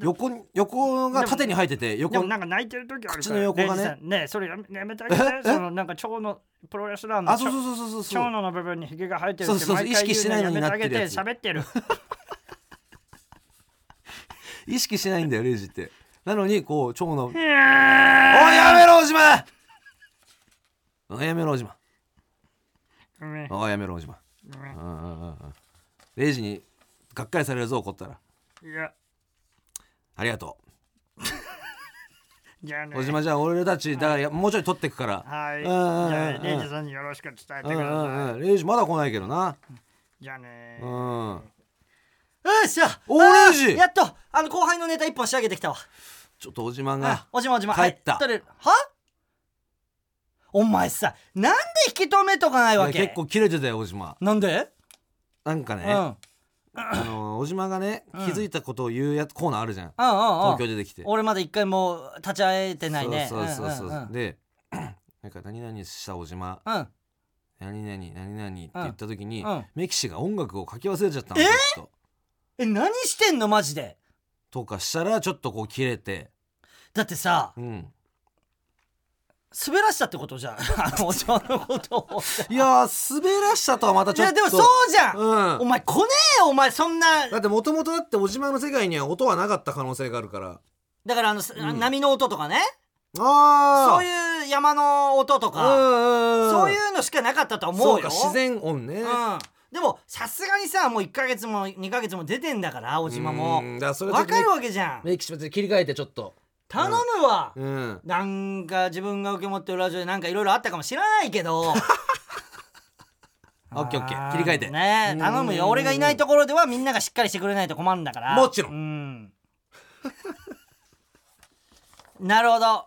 Speaker 1: 横に横が縦に生えてて
Speaker 6: で
Speaker 1: 横
Speaker 6: もなんか泣いてる時あるから
Speaker 1: 口の横がね
Speaker 6: レイジさんねそれやめやめてあげて
Speaker 1: [LAUGHS]
Speaker 6: そのなんか腸のプロレスラーの
Speaker 1: あそうそうそうそうそうそう
Speaker 6: 腸のの部分にヒゲが生えてる
Speaker 1: そ
Speaker 6: っ
Speaker 1: う
Speaker 6: て
Speaker 1: そうそう
Speaker 6: 毎回
Speaker 1: 意識してないのに
Speaker 6: 言うやめあ
Speaker 1: な
Speaker 6: げ
Speaker 1: ってるやつ [LAUGHS]
Speaker 6: 喋ってる
Speaker 1: 意識しないんだよレイジってなのにこう蝶
Speaker 6: [LAUGHS]
Speaker 1: の「おいやめろおじまおいやめろおじま
Speaker 6: ごめん
Speaker 1: おいやめろおじま
Speaker 6: ごめん
Speaker 1: うんうんうんうんレイジにがっかりされるぞ怒ったら
Speaker 6: いや
Speaker 1: ありがと
Speaker 6: じゃあね
Speaker 1: うおじまじゃあ俺たちだからもうちょい取ってくから
Speaker 6: は
Speaker 1: うん
Speaker 6: いじ
Speaker 1: うん
Speaker 6: ゃあ
Speaker 1: うん
Speaker 6: レイジさんによろしく伝えて
Speaker 1: う
Speaker 6: く
Speaker 1: んう
Speaker 6: ださい
Speaker 1: んうんレイジまだ来ないけどな
Speaker 6: じゃあね
Speaker 1: うん
Speaker 2: よっしゃ
Speaker 1: おーレイジ
Speaker 2: あーやっとあの後輩のネタ一本仕上げてきたわ
Speaker 1: ちょっとおじま
Speaker 2: あ
Speaker 1: が
Speaker 2: おじまおじま
Speaker 1: 帰った
Speaker 2: はい取れるはお前さなんで引き止めとかない
Speaker 1: い
Speaker 2: わ
Speaker 1: や
Speaker 2: け
Speaker 1: 結構切れてたよおじま
Speaker 2: なんで
Speaker 1: なんかね
Speaker 2: うんうんうん
Speaker 1: あのおじまがね気
Speaker 2: ん
Speaker 1: づいたことを言うやつコーナーあるじゃん
Speaker 2: うん
Speaker 1: 東京出てきて
Speaker 2: 俺まだ一回も立ち会えてないね
Speaker 1: そうそうそうそう、
Speaker 2: んんん
Speaker 1: で [CLEARS THROAT] なんか何々したおじま
Speaker 2: うん
Speaker 1: 何々何々って言った時に、
Speaker 2: うんうん
Speaker 1: メキシが音楽を書き忘れちゃったの
Speaker 2: えー
Speaker 1: ちょっと
Speaker 2: え何してんのマジで
Speaker 1: とかしたらちょっとこう切れて
Speaker 2: だってさ
Speaker 1: うん
Speaker 2: 滑らしたってことじゃんあのおじまのことを
Speaker 1: いやー滑らしたとはまた
Speaker 2: い
Speaker 1: ちょっ
Speaker 2: や
Speaker 1: と
Speaker 2: でもそうじゃん、
Speaker 1: うん
Speaker 2: [LAUGHS] お前来ねえよお前そんな
Speaker 1: だってもともとだっておじまの世界には音はなかった可能性があるから
Speaker 2: だからあの、す波の音とかね
Speaker 1: ああ
Speaker 2: そういう山の音と
Speaker 1: う
Speaker 2: か、
Speaker 1: んうん
Speaker 2: そう
Speaker 1: うん
Speaker 2: いうのしかなかったと思
Speaker 1: そう
Speaker 2: うよ
Speaker 1: か自然音ね、
Speaker 2: うん、でもさすがにさもう1ヶ月も2ヶ月も出てんだから青島も
Speaker 1: うんだからそれ
Speaker 2: わかるわけじゃん
Speaker 1: メキシで切り替えてちょっと
Speaker 2: 頼むわ、
Speaker 1: うん
Speaker 2: なんか自分が受け持ってるラジオでなんかいろいろあったかもしれないけど
Speaker 1: オッケーオッケー切り替えて
Speaker 2: ねえ頼むよ俺がいないところではみんながしっかりしてくれないと困るんだから
Speaker 1: もちろん
Speaker 2: うん、なるほど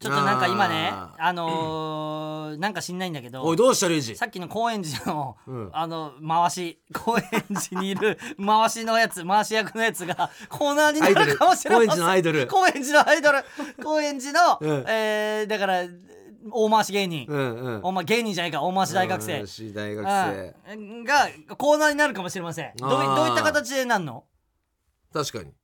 Speaker 2: ちょっとなんか今ね
Speaker 1: あ
Speaker 2: あのーなんか知んないんだけど
Speaker 1: おいどうしたレイジ
Speaker 2: さっきの高円寺の、
Speaker 1: うん
Speaker 2: あの回し高円寺にいる [LAUGHS] 回しのやつ回し役のやつがコーナーにな
Speaker 1: アイド
Speaker 2: る
Speaker 1: ル
Speaker 2: かもしれません
Speaker 1: 高円寺のアイドル
Speaker 2: 高円寺のアイドル高円寺の、
Speaker 1: うん
Speaker 2: えーだから大回し芸人、
Speaker 1: うんうん
Speaker 2: お前芸人じゃないか大回し大学生、
Speaker 1: うん私大学生
Speaker 2: うんがコーナーになるかもしれませんどうい
Speaker 1: あー
Speaker 2: どういった形でなんの
Speaker 1: 確かに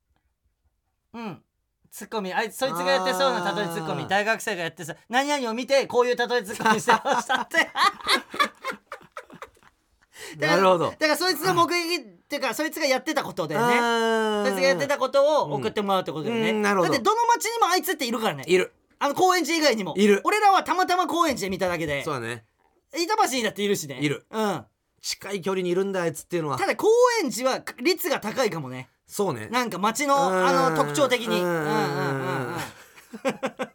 Speaker 2: うんツッコミあいつそいつがやってそうな例えツッコミ大学生がやってさ何々を見てこういう例えツッコミしてましたってだから
Speaker 1: [LAUGHS] なるほど
Speaker 2: だからそいつの目撃っていうかそいつがやってたことだよね
Speaker 1: あ
Speaker 2: そいつがやってたことを送ってもらうってことだよね、
Speaker 1: うんなるほど
Speaker 2: だってどの町にもあいつっているからね
Speaker 1: いる
Speaker 2: あの高円寺以外にも
Speaker 1: いる
Speaker 2: 俺らはたまたま高円寺で見ただけで
Speaker 1: そうだね
Speaker 2: 板橋にだっているしね
Speaker 1: いる
Speaker 2: うん
Speaker 1: 近い距離にいるんだあいつっていうのは
Speaker 2: ただ高円寺は率が高いかもね
Speaker 1: そうね
Speaker 2: なんか街の
Speaker 1: うん
Speaker 2: あの特徴的に
Speaker 1: う
Speaker 2: うんんうんうんうん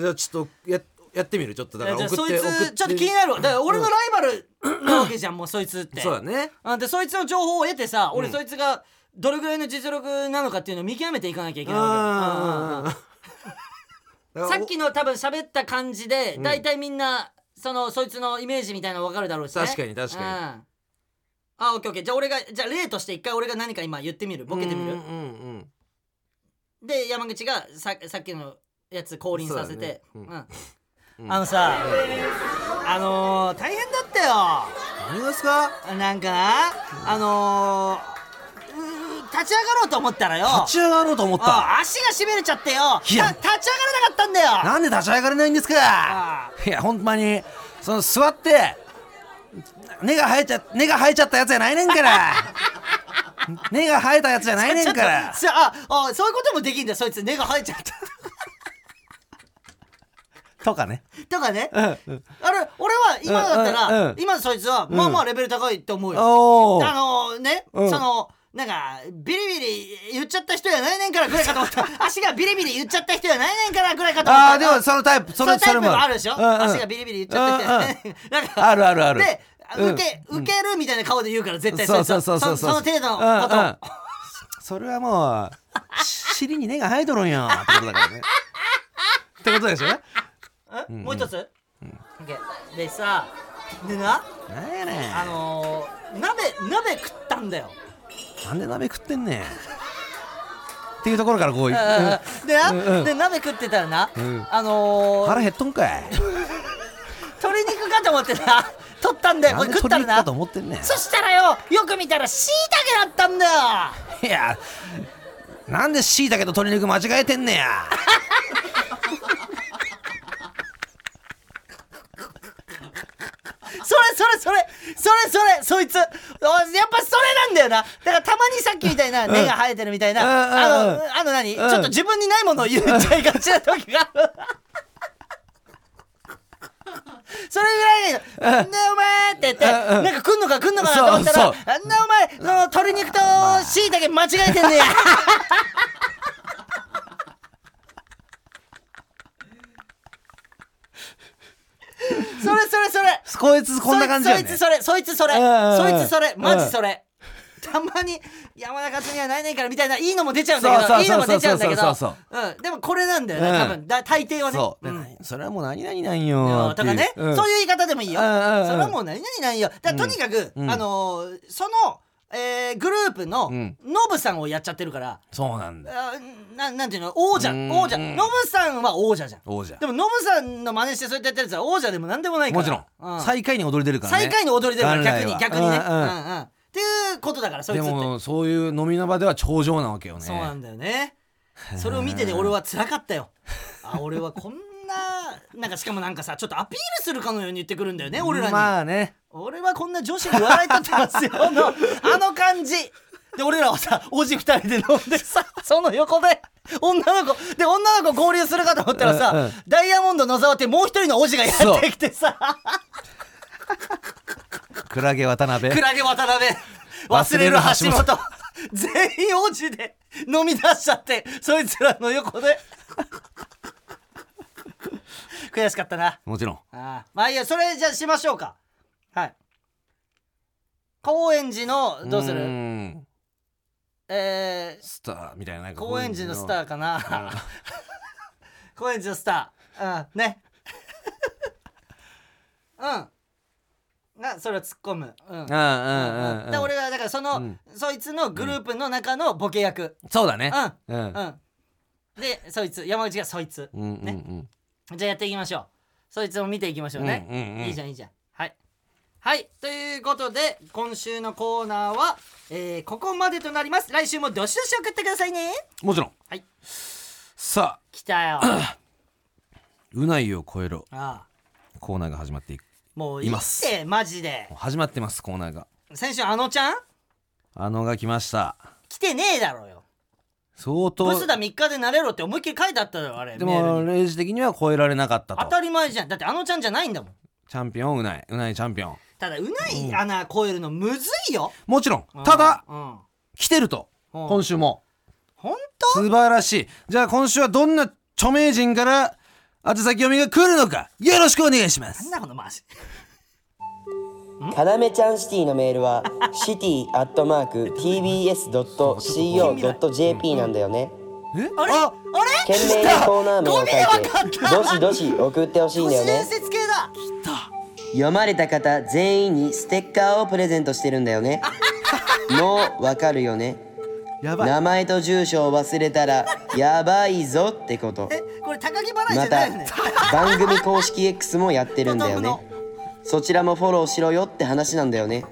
Speaker 1: じゃあちょっとややってみるちょっとだ
Speaker 2: じ
Speaker 1: か
Speaker 2: ゃ
Speaker 1: ら送
Speaker 2: あ
Speaker 1: って
Speaker 2: そい
Speaker 1: 送っ
Speaker 2: つ
Speaker 1: て
Speaker 2: ちょっと気になるわだから俺のライバルなわけじゃんもうそいつって
Speaker 1: そうだね
Speaker 2: うんでそいつの情報を得てさ俺
Speaker 1: うん
Speaker 2: そいつがどれぐらいの実力なのかっていうのを見極めていかなきゃいけないわけ
Speaker 1: う
Speaker 2: よ
Speaker 1: ん
Speaker 2: うんうんうんさっきの多分喋った感じで
Speaker 1: ん
Speaker 2: 大体みんなそのそいつのイメージみたいなの分かるだろうしね
Speaker 1: 確かに確かに
Speaker 2: うんあオッケーオッケーじゃあ俺がじゃあ例として一回俺が何か今言ってみるボケてみ
Speaker 1: うんう
Speaker 2: る
Speaker 1: ん
Speaker 2: で山口がささっきのやつ降臨させて
Speaker 1: そううだ
Speaker 2: ん
Speaker 1: うん
Speaker 2: あのさあのー大変だったよ
Speaker 1: 何がですか
Speaker 2: なんかなあのーうー立ち上がろうと思ったらよ
Speaker 1: 立ち上がろうと思った
Speaker 2: あ足がしびれちゃってよ
Speaker 1: いや
Speaker 2: た立ち上がらなかったんだよ
Speaker 1: なんで立ち上がれないんですか
Speaker 2: あ
Speaker 1: いやほんまにその座って根が生えちゃ根が生えちゃったやつじゃないねんから
Speaker 2: [LAUGHS]
Speaker 1: 根が生えたやつじゃないねん
Speaker 2: ちょ
Speaker 1: か
Speaker 2: っ
Speaker 1: ら
Speaker 2: とさああそういうこともできんだよそいつ根が生えちゃった
Speaker 1: とかね
Speaker 2: とかね、あれ
Speaker 1: うん
Speaker 2: 俺は今だったら、
Speaker 1: うんうんうん
Speaker 2: 今のそいつは、まあまあレベル高いと思うよ
Speaker 1: おお
Speaker 2: あのね、
Speaker 1: うん
Speaker 2: そのなんかビリビリ言っちゃった人やないねんからぐらいかと思った
Speaker 1: [LAUGHS]
Speaker 2: 足がビリビリ言っちゃった人やないねんからぐらいかと思った
Speaker 1: あーでもそのタイプそ
Speaker 2: その
Speaker 1: れ
Speaker 2: タイ
Speaker 1: そ
Speaker 2: プ
Speaker 1: れ
Speaker 2: も
Speaker 1: も
Speaker 2: あるでしょ、
Speaker 1: うんうん
Speaker 2: 足がビリビリ言っちゃった人、ね [LAUGHS] なんか
Speaker 1: あるあるある
Speaker 2: で
Speaker 1: うん
Speaker 2: 受け、受けるみたいな顔で言うから絶対
Speaker 1: そう
Speaker 2: いつは
Speaker 1: そうそうそう
Speaker 2: そのその程度のこと、
Speaker 1: うんうんそれはもうし尻に根が生えとるんよってことだからねってことですよね
Speaker 2: んもう一つ、OK でさでな
Speaker 1: なんやねん
Speaker 2: あのー、鍋鍋食ったんだよ、
Speaker 1: なんで鍋食ってんねんっていうところからこういう、
Speaker 2: でな、
Speaker 1: うんうん
Speaker 2: で鍋食ってたらな、
Speaker 1: ん
Speaker 2: あの
Speaker 1: 腹
Speaker 2: ー、
Speaker 1: 減っとんかい
Speaker 2: 鶏肉かと思ってな取ったんだよ
Speaker 1: な
Speaker 2: こ
Speaker 1: ん
Speaker 2: れ
Speaker 1: で
Speaker 2: 食っ
Speaker 1: 鶏
Speaker 2: たら
Speaker 1: 肉か
Speaker 2: な
Speaker 1: と思ってんねん
Speaker 2: そしたらよよく見たらしいたけだったんだよ
Speaker 1: いやなんで椎茸と鶏肉間違えてんねや
Speaker 2: それそれそれそれそれそいつおやっぱそれなんだよなだからたまにさっきみたいな根が生えてるみたいな、
Speaker 1: うんうんう
Speaker 2: あ
Speaker 1: ん
Speaker 2: のあの何、
Speaker 1: ん
Speaker 2: ちょっと自分にないものを言っちゃいがちな時があるそれぐらいで「なんだお前」って言って、
Speaker 1: うんうん
Speaker 2: なんか来んのか来んのかなと思った
Speaker 1: そ
Speaker 2: ら
Speaker 1: う
Speaker 2: 「なんだお前その鶏肉としいたけ間違えてんねや」
Speaker 1: [LAUGHS]
Speaker 2: それそれそれ
Speaker 1: こいつこんな感じやね
Speaker 2: そいつそいつそれそいつそれ
Speaker 1: うんうんうん
Speaker 2: そいつそれマジそれたまに山田勝にはないねんからみたいないいのも出ちゃうんだけ
Speaker 1: そ
Speaker 2: ど
Speaker 1: うそうそう
Speaker 2: いいのも出ちゃうんだけど
Speaker 1: そうそう
Speaker 2: うんでもこれなんだよね多分だ大抵はね
Speaker 1: そう、
Speaker 2: うん
Speaker 1: でそれはもう何々なんよ
Speaker 2: とかね
Speaker 1: って
Speaker 2: そ
Speaker 1: い
Speaker 2: ういううん言い方でもいいよ
Speaker 1: う
Speaker 2: そ
Speaker 1: ん
Speaker 2: れ
Speaker 1: うんうん
Speaker 2: はもう何々なんよだからとにかく
Speaker 1: ん
Speaker 2: あのーそのえーグループの
Speaker 1: ん
Speaker 2: ノブさんをやっちゃってるから
Speaker 1: そうなんだよ
Speaker 2: あーななんていうの王者
Speaker 1: うん
Speaker 2: 王者ノブさんは王者じゃん
Speaker 1: 王者
Speaker 2: でもノブさんの真似してそうやってやったやつは王者でも何でもないから
Speaker 1: もちろん、
Speaker 2: う
Speaker 1: 最下位に踊り出るからね
Speaker 2: 最下位の踊りでも
Speaker 1: 元
Speaker 2: 逆
Speaker 1: 来
Speaker 2: に
Speaker 1: は
Speaker 2: 逆にね、
Speaker 1: うん
Speaker 2: うん
Speaker 1: う
Speaker 2: うんんっていうことだからそいつ
Speaker 1: で
Speaker 2: って、
Speaker 1: もそういう飲みの場では頂上なわけよね
Speaker 2: そうなんだよねそれを見てね俺は辛かったよあ俺はこんななんかしかもなんかさちょっとアピールするかのように言ってくるんだよね俺らに、
Speaker 1: まあね
Speaker 2: 俺はこんな女子に笑いとってますよ
Speaker 1: [LAUGHS]
Speaker 2: のあの感じで俺らはさおじ二人で飲んで
Speaker 1: [LAUGHS]
Speaker 2: さその横で女の子で女の子合流するかと思ったらさ、
Speaker 1: うんうん
Speaker 2: ダイヤモンド野沢ってもう一人のおじがやってきてさ
Speaker 1: クラゲ渡辺
Speaker 2: クラゲ渡辺忘れる
Speaker 1: 忘れる
Speaker 2: 橋
Speaker 1: 橋
Speaker 2: 本 [LAUGHS] 全員王子で飲み出しちゃってそいつらの横で [LAUGHS] 悔しかったな
Speaker 1: もちろん
Speaker 2: ああまあいいやそれじゃあしましょうかはい高円寺のどうす
Speaker 1: ー
Speaker 2: る
Speaker 1: ん
Speaker 2: えー
Speaker 1: スターみたいななんか
Speaker 2: 高円寺のスターか
Speaker 1: うん
Speaker 2: な [LAUGHS] 高円寺のスターうんね [LAUGHS] うんなそれは突っ込むうん
Speaker 1: うんうんうんうん
Speaker 2: で俺はだからその、
Speaker 1: うん
Speaker 2: そいつのグループの中のボケ役
Speaker 1: そうだね
Speaker 2: うん
Speaker 1: う
Speaker 2: うんん、でそいつ山口がそいつ、
Speaker 1: うんうんう
Speaker 2: ね
Speaker 1: ん
Speaker 2: じゃあやっていきましょうそいつを見ていきましょうね、
Speaker 1: うんうんうん
Speaker 2: いいじゃんいいじゃんはいはいということで今週のコーナーは、えーここまでとなります来週もどしどし送ってくださいね
Speaker 1: もちろん
Speaker 2: はい
Speaker 1: さあ
Speaker 2: 来たよあ
Speaker 1: うないを超えろ
Speaker 2: あ
Speaker 1: コーナーが始まっていく
Speaker 2: もういい
Speaker 1: い
Speaker 2: っ
Speaker 1: ます
Speaker 2: てマジで
Speaker 1: 始まってますコーナーが
Speaker 2: 先週あのちゃん
Speaker 1: あのが来ました
Speaker 2: 来てねえだろうよ
Speaker 1: 相当
Speaker 2: ブスだ3日でなれろって思いっきり書いてあったよあれ
Speaker 1: で
Speaker 2: メール
Speaker 1: も
Speaker 2: に
Speaker 1: レイジ的には超えられなかった
Speaker 2: 当
Speaker 1: と
Speaker 2: たり前じゃんだってあのちゃんじゃないんだもん
Speaker 1: チャンピオンうないうないチャンピオン
Speaker 2: ただうない穴超えるのむずいよ
Speaker 1: もちろんただ
Speaker 2: うんうん
Speaker 1: 来てると
Speaker 2: うん
Speaker 1: 今週も
Speaker 2: 本
Speaker 1: 素晴らしいじゃあ今週はどんな著名人から宛先読みが来るのかよろしくお願いしま
Speaker 2: 当
Speaker 1: す
Speaker 2: なんだこのマジ
Speaker 7: かなめちゃんシティのメー
Speaker 2: [LAUGHS]
Speaker 7: ルはシティアットマーク TBS.CO.JP なんだよね
Speaker 1: え
Speaker 2: あれあれ
Speaker 7: 懸命にコーナー名を書い
Speaker 2: 来
Speaker 7: て
Speaker 2: た
Speaker 7: どしどし送ってほしいん
Speaker 2: 都
Speaker 7: だよ
Speaker 2: 市伝
Speaker 7: ね
Speaker 2: 説系だ
Speaker 7: 読まれた方全員にステッカーをプレゼントしてるんだ
Speaker 2: [LAUGHS]
Speaker 7: よねもうわかるよね
Speaker 1: やばい
Speaker 7: 名前と住所を忘れたらやばいぞってこと
Speaker 2: これ高木払いじ
Speaker 7: ま
Speaker 2: ゃな
Speaker 7: た
Speaker 2: いよね
Speaker 7: 番組公式 X もやってるんだよ
Speaker 2: [LAUGHS]
Speaker 7: ね
Speaker 2: 単独
Speaker 7: そちらもフォローしろよって話なんだよね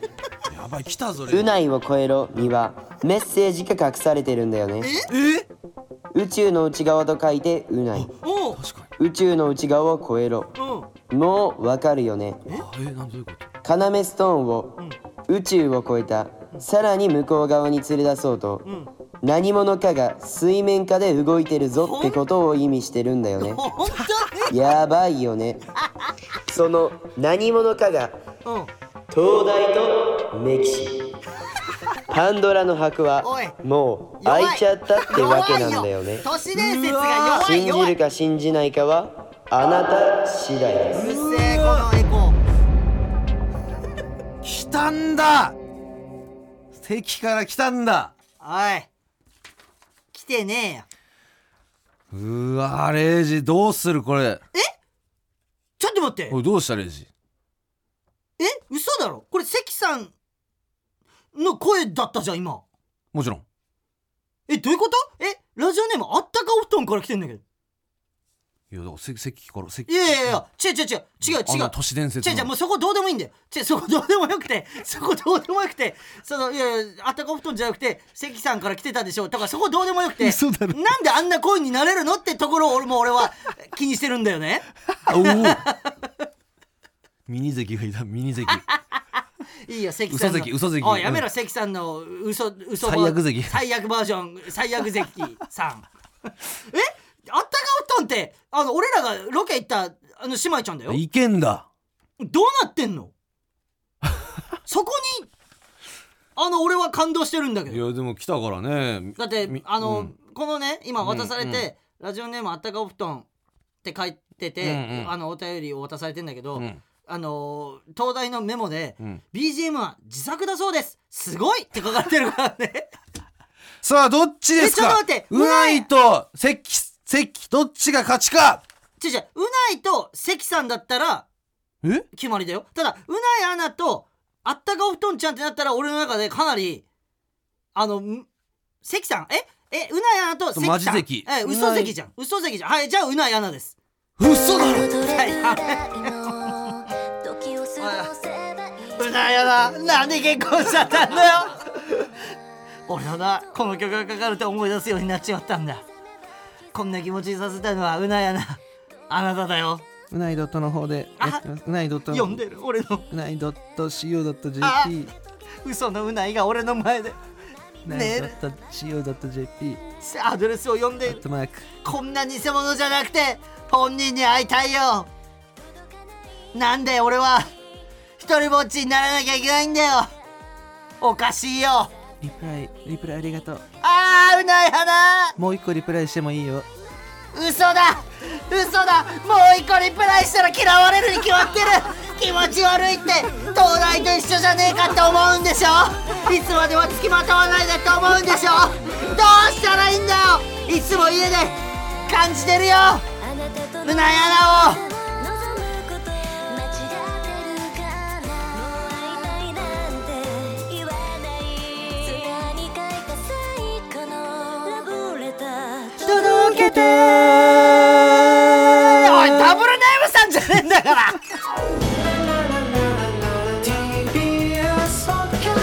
Speaker 1: やばい来たぞレイ
Speaker 7: うないを超えろにはメッセージが隠されてるんだよね
Speaker 1: え
Speaker 7: 宇宙の内側と書いてうない
Speaker 2: おう
Speaker 7: 宇宙の内側を超えろ
Speaker 2: うん
Speaker 7: もうわかるよね
Speaker 1: えなんどういうこと
Speaker 7: カナメストーンを宇宙を超えたさらに向こう側に連れ出そうと何者かが水面下で動いてるぞってことを意味してるんだよね
Speaker 2: 本当
Speaker 7: やばいよねその何者かが
Speaker 2: にうん
Speaker 7: 東大とメキシパンドラの箱は
Speaker 2: おい
Speaker 7: もう開いちゃったってわけなんだよね
Speaker 2: 都市伝説が弱い
Speaker 7: 信
Speaker 2: 弱
Speaker 7: じ
Speaker 2: い
Speaker 7: るか信じないかはあなた次第です
Speaker 2: うっせえこのエコ
Speaker 1: 来たんだ敵から来たんだ
Speaker 2: おい来てねえよ
Speaker 1: うわレイジどうするこれ
Speaker 2: ちょっと待って
Speaker 1: おいどうしたレイジ
Speaker 2: え嘘だろこれ関さんの声だったじゃん今
Speaker 1: もちろん
Speaker 2: えどういうことえラジオネームあったかお布団から来てんだけど
Speaker 1: いやだからせ席から席
Speaker 2: いやいやいや違う違う違う違
Speaker 1: あん
Speaker 2: う違う
Speaker 1: な都市伝説
Speaker 2: 違う違うもうそこどうでもいいんだよ違うそこどうでもよくて [LAUGHS] そこどうでもよくてそのいやいやあったかお布団じゃなくて関さんから来てたでしょだからそこどうでもよくて
Speaker 1: 嘘だろ
Speaker 2: なんであんな声になれるのってところを俺も俺は [LAUGHS] 気にしてるんだよね
Speaker 1: おお [LAUGHS] ミニ関がいたミニ
Speaker 2: [LAUGHS]
Speaker 1: 関
Speaker 2: いいよ関さんの
Speaker 1: 嘘関嘘関
Speaker 2: おいやめろ、
Speaker 1: うん
Speaker 2: 関さんの嘘嘘バ
Speaker 1: 最悪関
Speaker 2: 最悪バージョン最悪関さん [LAUGHS] えあったかおっとんってあの俺らがロケ行ったあの姉妹ちゃんだよ
Speaker 1: いけんだ
Speaker 2: どうなって
Speaker 1: [LAUGHS]
Speaker 2: んのそこにあの俺は感動してるんだけ
Speaker 1: い
Speaker 2: ど
Speaker 1: やでも来たからね
Speaker 2: だって
Speaker 1: み
Speaker 2: あの、
Speaker 1: うん
Speaker 2: このね今渡されて、
Speaker 1: うんう
Speaker 2: ラジオネームあったかお布団って書いてて、
Speaker 1: うんうん
Speaker 2: あのお便りを渡されてんだけど、
Speaker 1: うん
Speaker 2: あのー東大のメモで、
Speaker 1: うん
Speaker 2: BGM は自作だそうですすごいって書かれてるからね [LAUGHS]
Speaker 1: さあどっちですか
Speaker 2: えちょっと待って
Speaker 1: うないと関関どっちが勝ちか
Speaker 2: 違う違ううないと関さんだったら
Speaker 1: え
Speaker 2: 決まりだよただうないアナとあったかお布団ちゃんってなったら俺の中でかなりあのん関さんええうないアナと関さん
Speaker 1: マジ関
Speaker 2: え嘘関じゃん嘘関じゃんはいじゃあうないアナです
Speaker 1: 嘘だろ
Speaker 2: うなやだなんで結婚しちゃったんだよ [LAUGHS] 俺はなこの曲がかかると思い出すようになっちまったんだこんな気持ちにさせたのはうなやなあなただよ
Speaker 1: うないドットの方で
Speaker 2: あやって
Speaker 1: うないドット
Speaker 2: 呼んでる俺の
Speaker 1: うないドット CO ドット
Speaker 2: あ嘘のうないが俺の前でメール
Speaker 1: ト CO ドット JP
Speaker 2: アドレスを呼んでいる
Speaker 1: トマーク
Speaker 2: こんな偽物じゃなくて本人に会いたいよなんで俺は一人ぼっちにならなきゃいけないんだよおかしいよ
Speaker 1: リプライリプライありがとう
Speaker 2: あーうない花
Speaker 1: もう一個リプライしてもいいよ
Speaker 2: 嘘だ嘘だもう一個リプライしたら嫌われるに決まってる気持ち悪いって東大と一緒じゃねえかって思うんでしょいつまでも付きまとわないでって思うんでしょどうしたらいいんだよいつも家で感じてるようなやなを届けておいダブルネームさんじゃねえんだから
Speaker 3: TBS ポッドキャ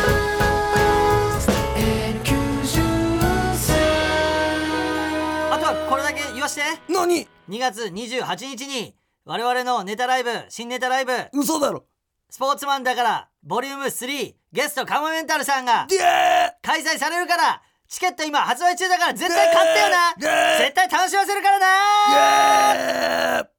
Speaker 3: スト N93
Speaker 2: あとはこれだけ言わして
Speaker 1: 何
Speaker 2: 2月28日に我々のネタライブ新ネタライブ
Speaker 1: 嘘だろ
Speaker 2: スポーツマンだからボリューム3ゲストカモメンタルさんが開催されるからチケット今発売中だから絶対買ってよな絶対楽しませるから
Speaker 1: え
Speaker 2: な
Speaker 1: ー